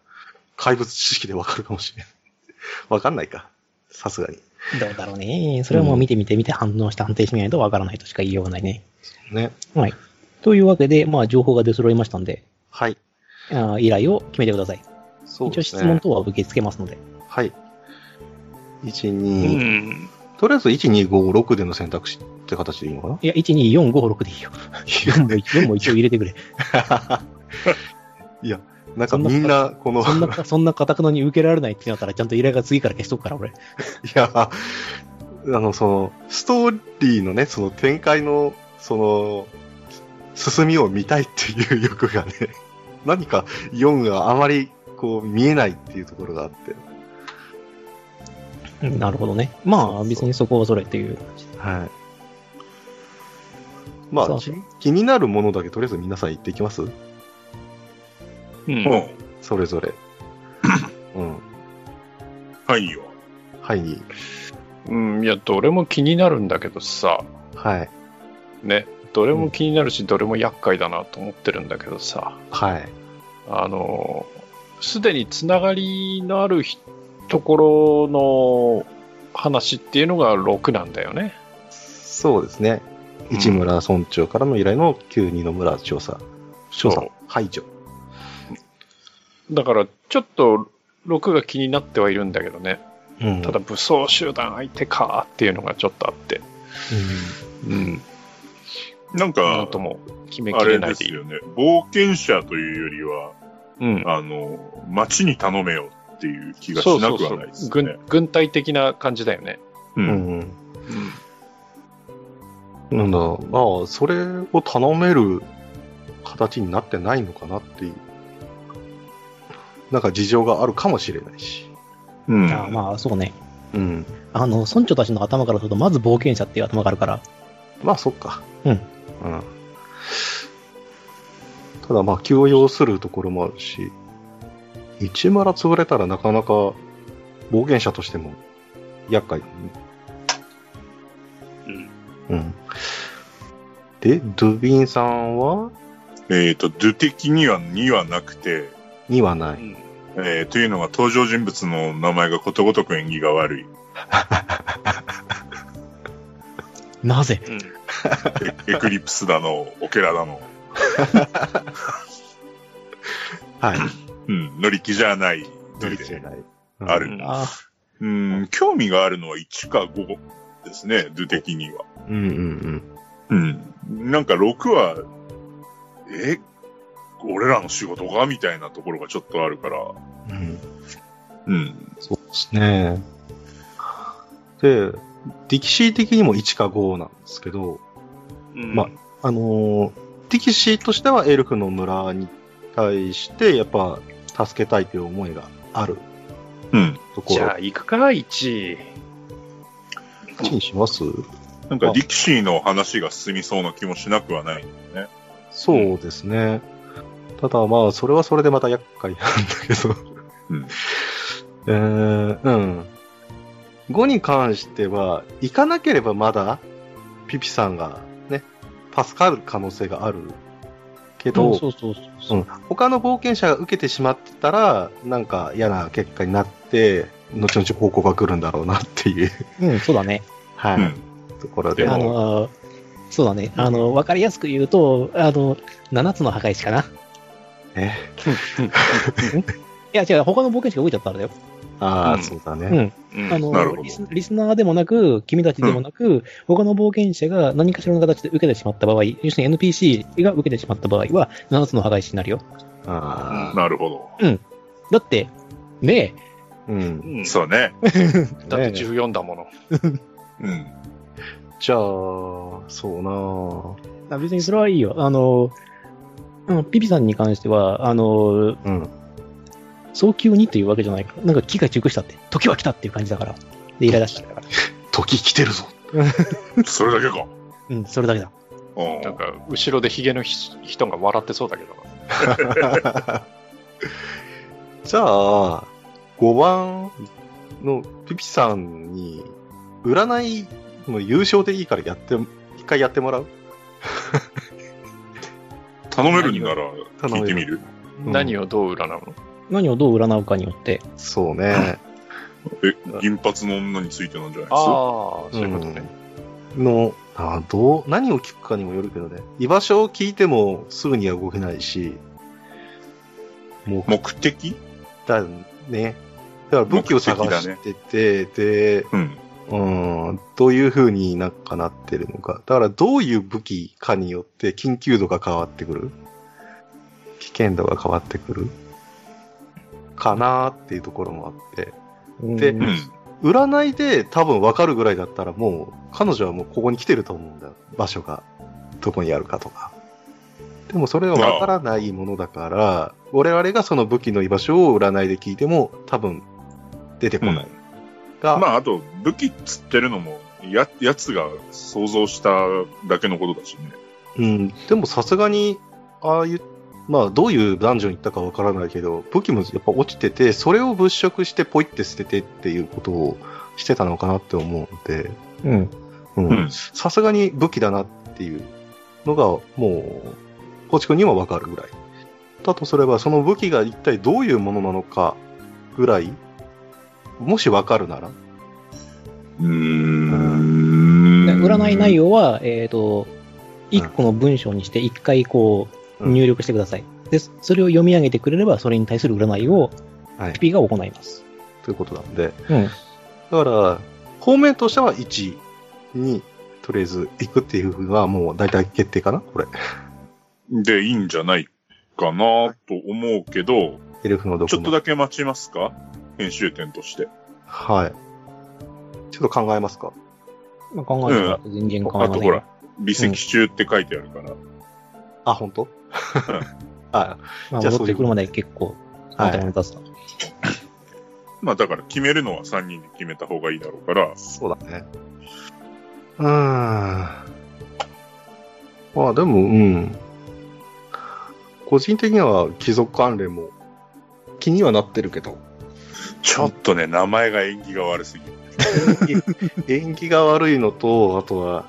怪物知識でわかるかもしれない。 わかんないか。さすがに。どうだろうね。それはもう見てみて見て反応して判定してみないとわからないとしか言いようがないね。ね。はい。というわけで、まあ、情報が出揃いましたんで、はい。あー依頼を決めてください。そう一応で質す問ね。等は受け付けますので。はい。1、う2、ん。とりあえず1、2、5、6での選択肢って形でいいのかないや、1、2、4、5、6でいいよ。4も4も一応入れてくれ。いや、 なんかみんな、この、そんな、そんな堅くのに受けられないってなったら、ちゃんと依頼が次から消しとくから、俺。いや、あの、その、ストーリーのね、その展開の、その、進みを見たいっていう欲がね、 何か4があまりこう見えないっていうところがあって。なるほどね。まあ、別にそこはそれっていう。はい。まそあ、うそうき気になるものだけとりあえず皆さん言っていきますうんもそれ ぞれ。うん。う、はいよ。はい。うん、いや、どれも気になるんだけどさ、はい。ね、どれも気になるし、どれも厄介だなと思ってるんだけどさ、はい。あの、すでにつながりのあるひところの話っていうのが6なんだよね。そうですね。うん市村村長からの依頼の旧二の村調査。調査そ排除。う。だから、ちょっと6が気になってはいるんだけどね、うんただ武装集団相手かっていうのがちょっとあって、うん、なんなかん、とも決めあきれれないでですいる。よね。冒険者というよりは、うんあの、町に頼めよっていう気がしなくはないです軍ね。軍隊的な感じだよね。ううんん。うんなんだ、まあ、それを頼める形になってないのかなっていう。なんか事情があるかもしれないし。うんあーまあ、そうね。うん。あの、村長たちの頭からすると、まず冒険者っていう頭があるから。まあ、そっか。うんうん。ただ、まあ、気を要するところもあるし、市村潰れたらなかなか冒険者としても厄介だね。うん。で、ドゥビンさんはえっ、と、ドゥ的には2はなくて、にはない。えーというのが登場人物の名前がことごとく縁起が悪い。なぜエエ クリプスだの、オケラだの、 はい。うん、乗り気じゃない。乗り切れない。あるあーうん、興味があるのは1か5ですね、ドゥ的には。うんうんうん。うん。なんか6は、え俺らの仕事がみたいなところがちょっとあるから。うん、うん。そうですね。で、ディキシー的にも1か5なんですけど、まあのーディキシーとしてはエルフの村に対して、やっぱ、助けたいという思いがあるうん。とこじろ。ゃあ、行くか、1位。こっちにしますなんか力士の話が進みそうな気もしなくはない。そうですね。ただまあ、それはそれでまた厄介なんだけど。うん えーうん。5に関しては、行かなければまだ、ピピさんがね、助かる可能性があるけど、そうそうそうそう。うん他の冒険者が受けてしまってたら、なんか嫌な結果になって、後々報告が来るんだろうなっていう、うん、そうだね。はい、うんところあで。でものー、そうだね。あの、わかりやすく言うと、あの、7つの破壊石かな。ねいや、違う、他の冒険者が動いちゃったんだよ。ああ、うんそうだうね。ん。うんあなるほのどリス、リスナーでもなく、君たちでもなく、他の冒険者が何かしらの形で受けてしまった場合、要するに NPC が受けてしまった場合は、7つの破壊石になるよ。あなるほだって、ねあ、うん。うんど。そうね。だって14だもの。うん。じゃあ、そうなぁえ、あ別にそれはいいよ。あの、うん、ピピさんに関しては、あの、うん。早急にというわけじゃないから、なんか気が熟したって、時は来たっていう感じだから。で、イライラしたから。時来てる ぞ。それだけか。うん、それだけだ。うんなんか、後ろでヒゲのひ人が笑ってそうだけどな。じゃあ、5番のピピさんに、占いの優勝でいいからやって、一回やってもらう頼めるんなら聞いてみる。うん何をどう占うの何をどう占うかによって、そうね。 え、銀髪の女についてなんじゃないですああか。、そういうことね。うんの、あどう、何を聞くかにもよるけどね。居場所を聞いてもすぐには動けないし、もう目的だね。だから武器を探してて、で、うん。うん、どういう風になんかなってるのか。だからどういう武器かによって緊急度が変わってくる。危険度が変わってくる。かなーっていうところもあって。うんでうん。占いで多分わかるぐらいだったらもう、彼女はもうここに来てると思うんだよ。場所が。どこにあるかとか。でもそれはわからないものだから、我々がその武器の居場所を占いで聞いても多分出てこない。が、まあ、あと、武器っつってるのも、や、やつが想像しただけのことだしね。うん、でもさすがに、ああいう、まあどういうダンジョン行ったかわからないけど、武器もやっぱ落ちてて、それを物色してポイって捨ててっていうことをしてたのかなって思うので、うん。うんうんさすがに武器だなっていうのがもう、コチ君にはわかるぐらい。だとすれば、その武器が一体どういうものなのかぐらい、もしわかるなら、うーでん占い内容は、えっ、と、うん一個の文章にして一回こう、うん入力してください。で、それを読み上げてくれれば、それに対する占いを、はいピピが行います。ということなんで、うん。だから、方面としては1に、とりあえず行くっていうふうはもう大体決定かなこれ。でいいんじゃないかなと思うけど、エルフのどこちょっとだけ待ちますか編集点として。はい。ちょっと考えますかまあ、考えたら全然構あいませとんほよら。、離席中って書いてあるから。あ、本 当はまあ、じゃあ戻ってくるまで結構、はい頭の出すな。まあだから決めるのは3人で決めた方がいいだろうからい。、そうだね。うーん。まあでも、うん。個人的には貴族関連も気にはなってる けど、ちょっとね、名前が縁起が悪すぎる。縁起が悪いのと、あとは、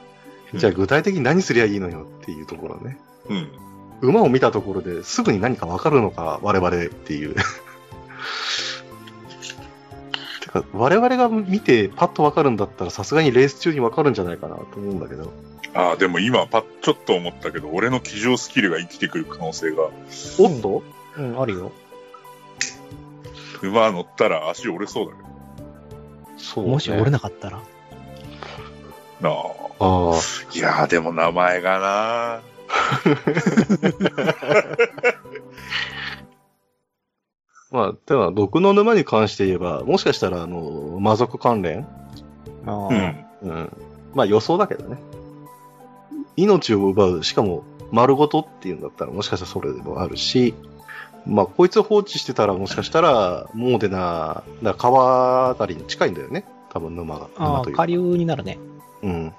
じゃあ具体的に何すりゃいいのよっていうところね。うん。馬を見たところですぐに何か分かるのか、我々っていう。 てか、我々が見てパッと分かるんだったら、さすがにレース中に分かるんじゃないかなと思うんだけど。ああ、でも今、パッ、ちょっと思ったけど、俺の騎乗スキルが生きてくる可能性が、おっとうん、あるよ。馬乗ったら足折れそうだけどそう、もし折れな。なかったら。なあ。ああ。いやー、でも名前がなまあ、では、毒の沼に関して言えば、もしかしたら、あの、魔族関連ああ、うん。うん。まあ予想だけどね。命を奪う、しかも丸ごとっていうんだったらもしかしたらそれでもあるし、まあこいつを放置してたらもしかしたら、モーデナー、だから川あたりに近いんだよね。多分沼が。あ沼あ、という下か。流になるね。うん。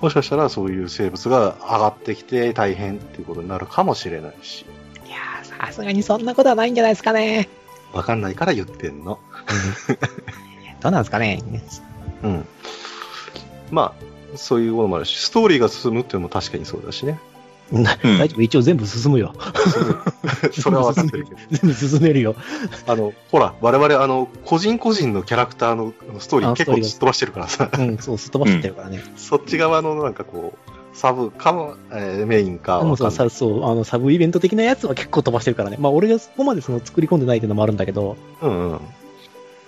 もしかしたらそういう生物が上がってきて大変っていうことになるかもしれないし。いやー、さすがにそんなことはないんじゃないですかね。わかんないから言ってんの。どうなんですかね。うん。まあ、そういうものもあるし、ストーリーが進むっていうのも確かにそうだしね。なう ん大丈夫、一応全部進むよ。それはわかってるけど。全部進めるよ。あの、ほら、我々、あの、個人個人のキャラクターのあのストーリーあ結構ストーリーすっ飛ばしてるからさ、 うん、そう、すっ飛ばしてってるからね。そっち側のなんかこう、サブかも、えーメインかでもわかさんないさそう、あの、サブイベント的なやつは結構飛ばしてるからね。まあ、俺がそこまでその作り込んでないっていうのもあるんだけど、うんうん。だ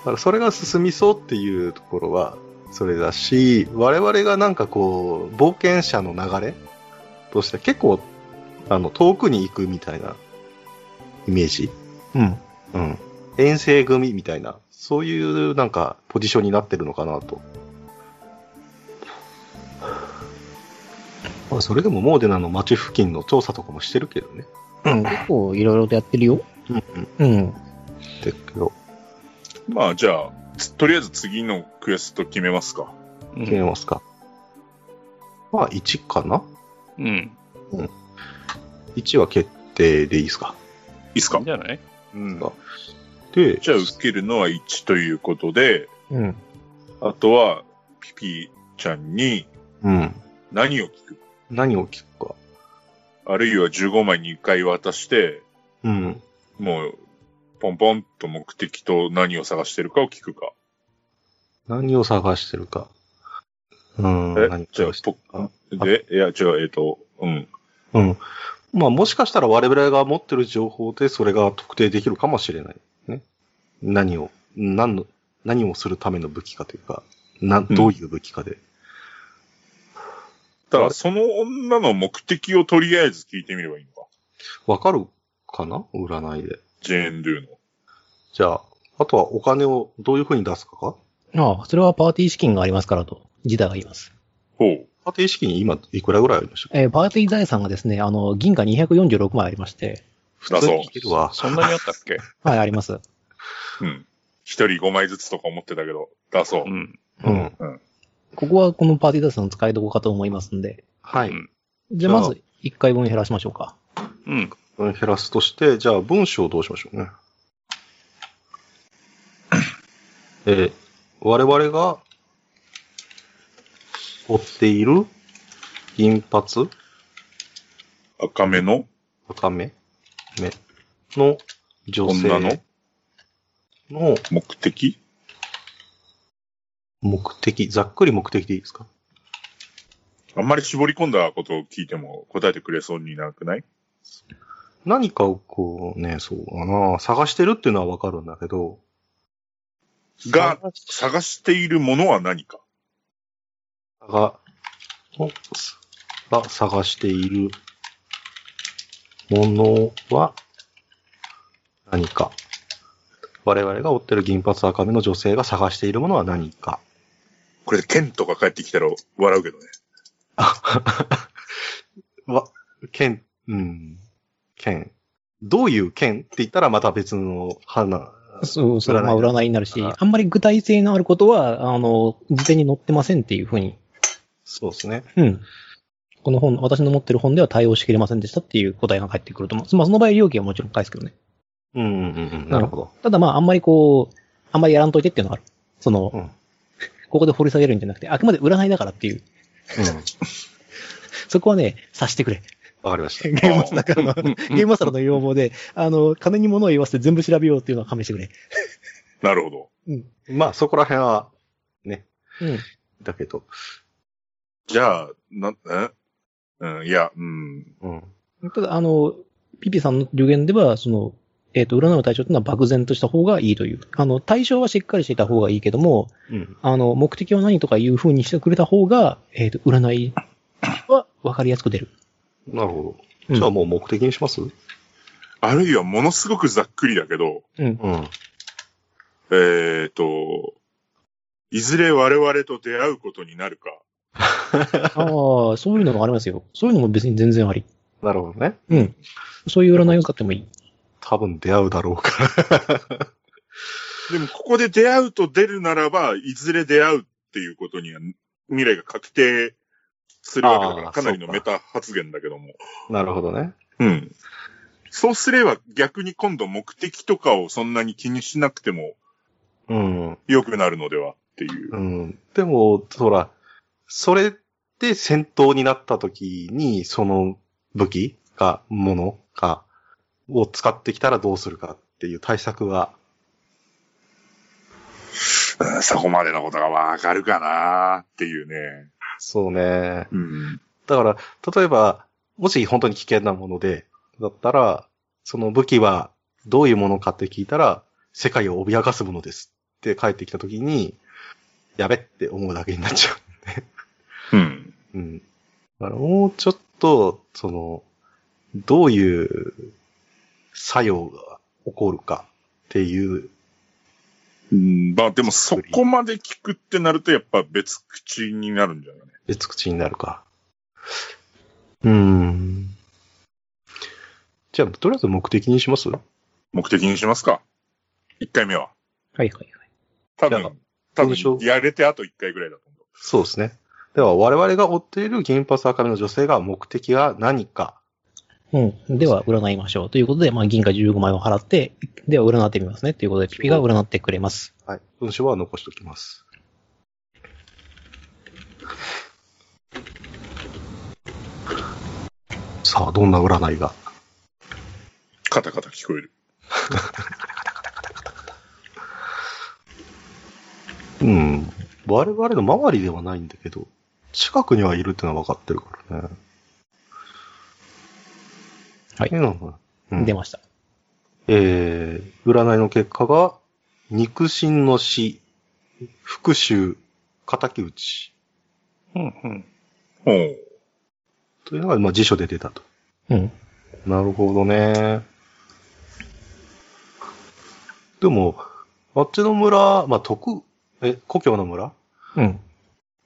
からそれが進みそうっていうところは、それだし、我々がなんかこう、冒険者の流れとして結構、あの、遠くに行くみたいなイメージ。うん。うん。遠征組みたいな、そういうなんかポジションになってるのかなと。まあ、それでもモーデナの街付近の調査とかもしてるけどね。うん、結構いろいろとやってるよ。うんうん。うん。けど、まあじゃあ、つとりあえず次のクエスト決めますか。決めますか。まあ、1かなうん。 ?1 は決定でいいですか。いいっすいかいんじゃないうんで、じゃあ、受けるのは1ということで、うん。あとは、ピピちゃんにうん。何を聞く何を聞くか。あるいは15枚2回渡して、うん。もう、ポンポンと目的と何を探してるかを聞くか。何を探してるか。うん。え何をじゃあ探してるか。で、いや、違う、えっ、と、うん。うん。まあもしかしたら我々が持ってる情報でそれが特定できるかもしれない。ね。何を、何の、何をするための武器かというか、な、うんどういう武器かで。ただ、その女の目的をとりあえず聞いてみればいいのか。わ、かるかな占いで。ジェーン・ドゥの。じゃあ、あとはお金をどういう風に出すかかああ、それはパーティー資金がありますからと、ジダが言います。ほう。パーティー資金今いくらぐらいありましたっけえーパーティー財産がですね、あの、銀貨246枚ありまして、普だ通そうにいけるわ。そんなにあったっけはい、あります。うん。一人5枚ずつとか思ってたけど、だそうう。ん。うん。ここはこのパーティー財産の使いどこかと思いますんで。はい。じゃあ、じゃまあず、1回分減らしましょうか。うん。減らすとして、じゃあ文章をどうしましょうね。えー我々が追っている銀髪赤目の赤目目の女女の性の目的目的、ざっくり目的でいいですかあんまり絞り込んだことを聞いても答えてくれそうになくない何かをこうね、そうだな、探してるっていうのはわかるんだけど、が、探し探しているものは何かが、おすが探しているものは何か。我々が追ってる銀髪赤目の女性が探しているものは何か。これで剣とか帰ってきたら笑うけどね。わ、剣、うん、剣。どういう剣って言ったらまた別の花。そう、それはまあ占いだ占いになるし、あああんまり具体性のあることは、あの、事前に載ってませんっていうふうに、そうですね。うん。この本、私の持ってる本では対応しきれませんでしたっていう答えが返ってくると思う。まあ、その場合、料金はもちろん返すけどね。うんうんうんうん。なるほど。ただまあ、あんまりこう、あんまりやらんといてっていうのがある。その、うんここで掘り下げるんじゃなくて、あくまで占いだからっていう。うん。そこはね、察してくれ。わかりました ゲ。ームマスターからの、ゲームマスターの要望で、あの、金に物を言わせて全部調べようっていうのは勘弁してくれ。なるほど。うん。まあそこら辺は、うん。だけど、じゃあ、な、えうん、いや、うん。うん。ただ、あの、ピピさんの助言では、その、えっ、と、占う対象というのは漠然とした方がいいという。あの、対象はしっかりしていた方がいいけども、うん。あの、目的は何とかいう風にしてくれた方が、えっ、と、占いは分かりやすく出る。なるほうんど。じゃあもう目的にしますあるいはものすごくざっくりだけど、うん。うん。えっ、と、いずれ我々と出会うことになるか。ああ、そういうのがありますよ。そういうのも別に全然あり。なるほどね。うん。そういう占いを使ってもいい。多分出会うだろうから。でも、ここで出会うと出るならば、いずれ出会うっていうことには、未来が確定するわけだから、あーかなりのそうかメタ発言だけども。 なるほどね。うん。そうすれば逆に今度目的とかをそんなに気にしなくてもうん。良くなるのではっていうう。ん。でも、ほら、それで戦闘になった時に、その武器か、ものか、を使ってきたらどうするかっていう対策は、うん そこまでのことがわかるかなっていうね。そうね。うん。だから、例えば、もし本当に危険なもので、だったら、その武器はどういうものかって聞いたら、世界を脅かすものですって帰ってきたときに、やべって思うだけになっちゃうん。う。うん。だからもうちょっと、その、どういう作用が起こるかっていう、うんまあでもそこまで聞くってなるとやっぱ別口になるんじゃない別口になるか。うーん。じゃあ、とりあえず目的にします目的にしますか。一回目は。はいはいはい。多じゃあ分、多文章分、やれてあと一回ぐらいだと思う。そうですね。では、我々が追っている銀髪赤身の女性が目的が何か。うん。では、占いましょう。ということで、まあ、銀貨15枚を払って、では、占ってみますね。ということで、ピピが占ってくれます。はい。文章は残しておきます。さあ、どんな占いがカタカタ聞こえる。うん。我々の周りではないんだけど、近くにはいるってのは分かってるからね。はいうんうん出ました。えー、占いの結果が、肉親の死、復讐、仇討ちうんうん。ほう。というのが、まあ、辞書で出たと。うん。なるほどね。でも、あっちの村、まあ、徳、え、故郷の村うん。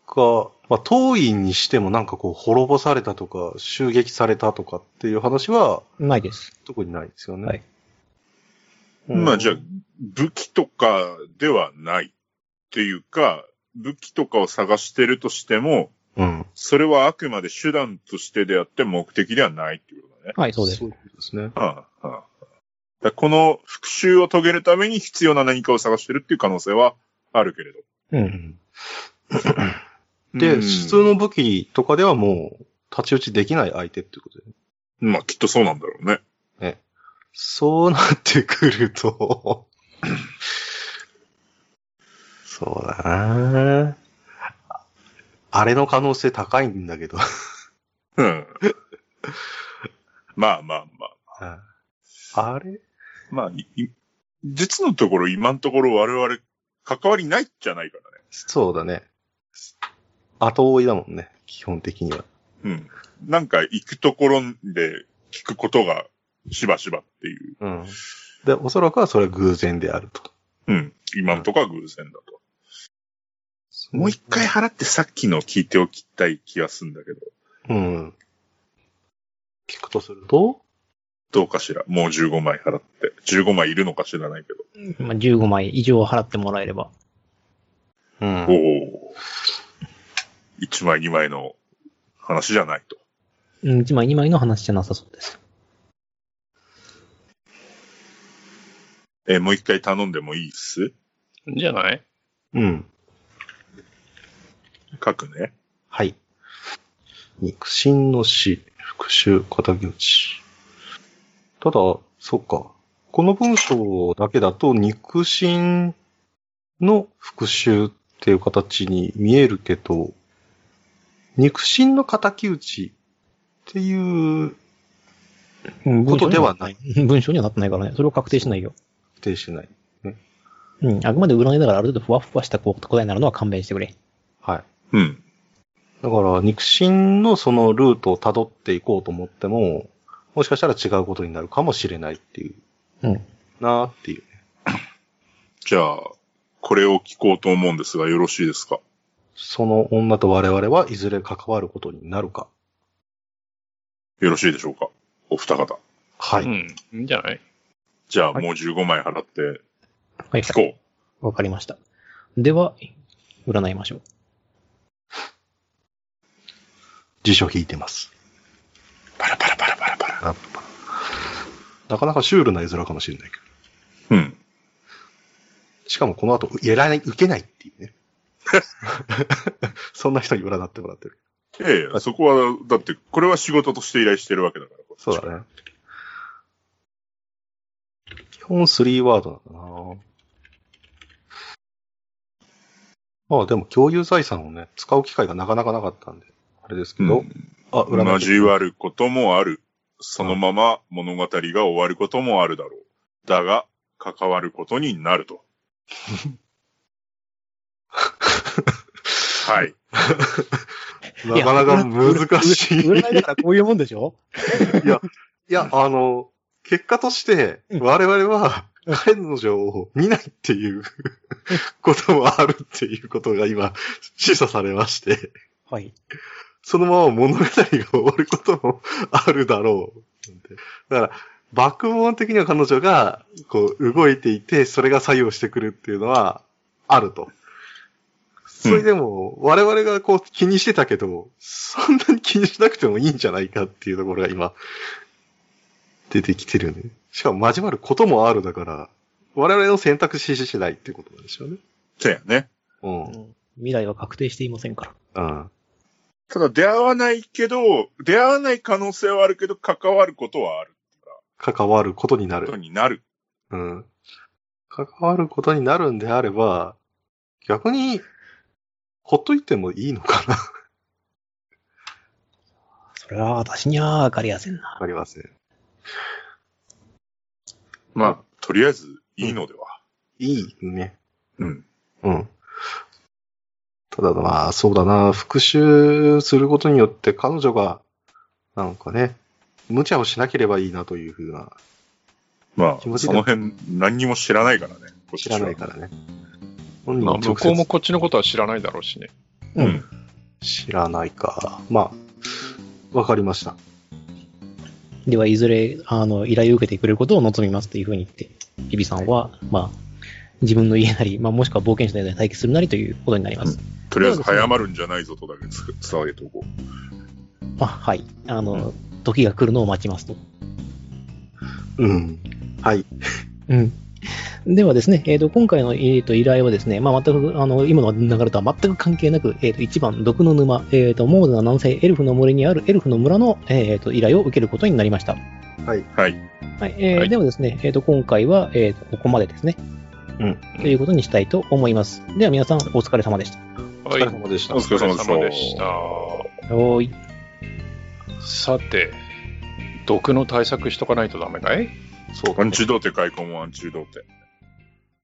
が、まあ、当院にしてもなんかこう、滅ぼされたとか、襲撃されたとかっていう話は、ないです。特にないですよね。はいうんまあじゃあ、武器とかではないっていうか、武器とかを探してるとしても、うん。それはあくまで手段としてであって目的ではないっていうことだね。はい、そうです。そういうことですね。はあはあだからこの復讐を遂げるために必要な何かを探してるっていう可能性はあるけれど。う。うんんで、うん普通の武器とかではもう、立ち打ちできない相手っていうことで。まあきっとそうなんだろうね。そうなってくると、そうだなああれの可能性高いんだけど。 うん。まあまあまあ。あれまあ、いい実のところ今のところ我々関わりないじゃないかそうだね。後追いだもんね、基本的には。らね。うん。なんか行くところで聞くことがしばしばっていう。うん。で、おそらくはそれは偶然であると。うん。今のところは偶然だと。もう一回払ってさっきの聞いておきたい気がするんだけど。うん。聞くとするとどうかしらもう15枚払って。15枚いるのか知らないけど。まあ、15枚以上払ってもらえれば。うおん。おー。1枚2枚の話じゃないと。うん、1枚2枚の話じゃなさそうです。えーもう一回頼んでもいいっすいいんじゃないうん。書くね。はい。肉親の死、復讐、仇討ち。ただ、そっか。この文章だけだと、肉親の復讐っていう形に見えるけど、肉親の仇討ちっていううんことではない。文章にはなって ないからね。それを確定しないよ。定しない。うん。あくまで占いだからある程度ふわふわしたこう答えになるのは勘弁してくれ。はい。うん。だから、肉親のそのルートを辿っていこうと思っても、もしかしたら違うことになるかもしれないっていう、うん。なーっていう。じゃあ、これを聞こうと思うんですが、よろしいですかその女と我々はいずれ関わることになるか。よろしいでしょうかお二方。はうい。ん。いいんじゃないじゃあ、はいもう15枚払ってはい。聞こわかりました。では、占いましょう。辞書引いてます。う。パラパラパラパラパラ。なかなかシュールな絵面かもしれないけうど。ん。しかもこの後、やらない、受けないっていうね。 そんな人に占ってもらってる。いやいや、そこは、だって、これは仕事として依頼してるわけだから。そうだね。基本3ワードなんだなまあでも共有財産をね、使う機会がなかなかなかったんで、あれですけど、うんあ、占って交わることもある。そのまま物語が終わることもあるだろう。だが、関わることにな ると。はい。なかなか難しい。占いだからこういうもんでしょいや、あの、結果として、うん我々は、彼女を見ないっていう こともあるっていうことが今、示唆されまして、はい。そのまま物語が終わることもあるだろう。だから、バックボーン的には彼女が、こう、動いていて、それが作用してくるっていうのは、あると。それでも、我々がこう気にしてたけど、そんなに気にしなくてもいいんじゃないかっていうところが今、出てきてるよね。しかも交わることもあるだから、我々の選択肢次第っていうことなんでしょうね。そうやね。うん。未来は確定していませんから。うん。ただ出会わないけど、出会わない可能性はあるけど、関わることはある。関わることになること。になる。うん。関わることになるんであれば、逆に、ほっといてもいいのかなそれは私にはわかりやせんな。わかりません。まあ、とりあえず、いいのでは。いいね。うん。うん。ただまあ、そうだな、復讐することによって彼女が、なんかね、無茶をしなければいいなというふうな、ま気持あ、ちでその辺、何にも知らないからね。こっち知はらないからね。本人まあに向直こうも接こっちのことは知らないだろうしね。うん。知らないか。まあ、わかりました。では、いずれ、あの、依頼を受けてくれることを望みますというふうに言って、日々さんは、まあ、自分の家なり、まあ、もしくは冒険者の家で待機するなりということになります。とりあえず早まるんじゃないぞとだけつ伝えておこう。あ、はい。あの、時が来るのを待ちますと。うん。はい。うん。ではですね、えー、と今回の、えー、と依頼はですね、まあ、全くあの今の流れとは全く関係なく、えー、と1番、毒の沼、えー、とモードの南西エルフの森にあるエルフの村の、えー、と依頼を受けることになりました。はい。はいえーはいではですね、えー、と今回は、えー、とここまでですね、うんということにしたいと思います。では皆さん、お疲れ様でした。おお疲れ様でしたお。疲れ様でしたお疲れ様でした。おーい。さて、毒の対策しとかないとダメかいそうアだねンチ童貞開墾もアンチ童貞。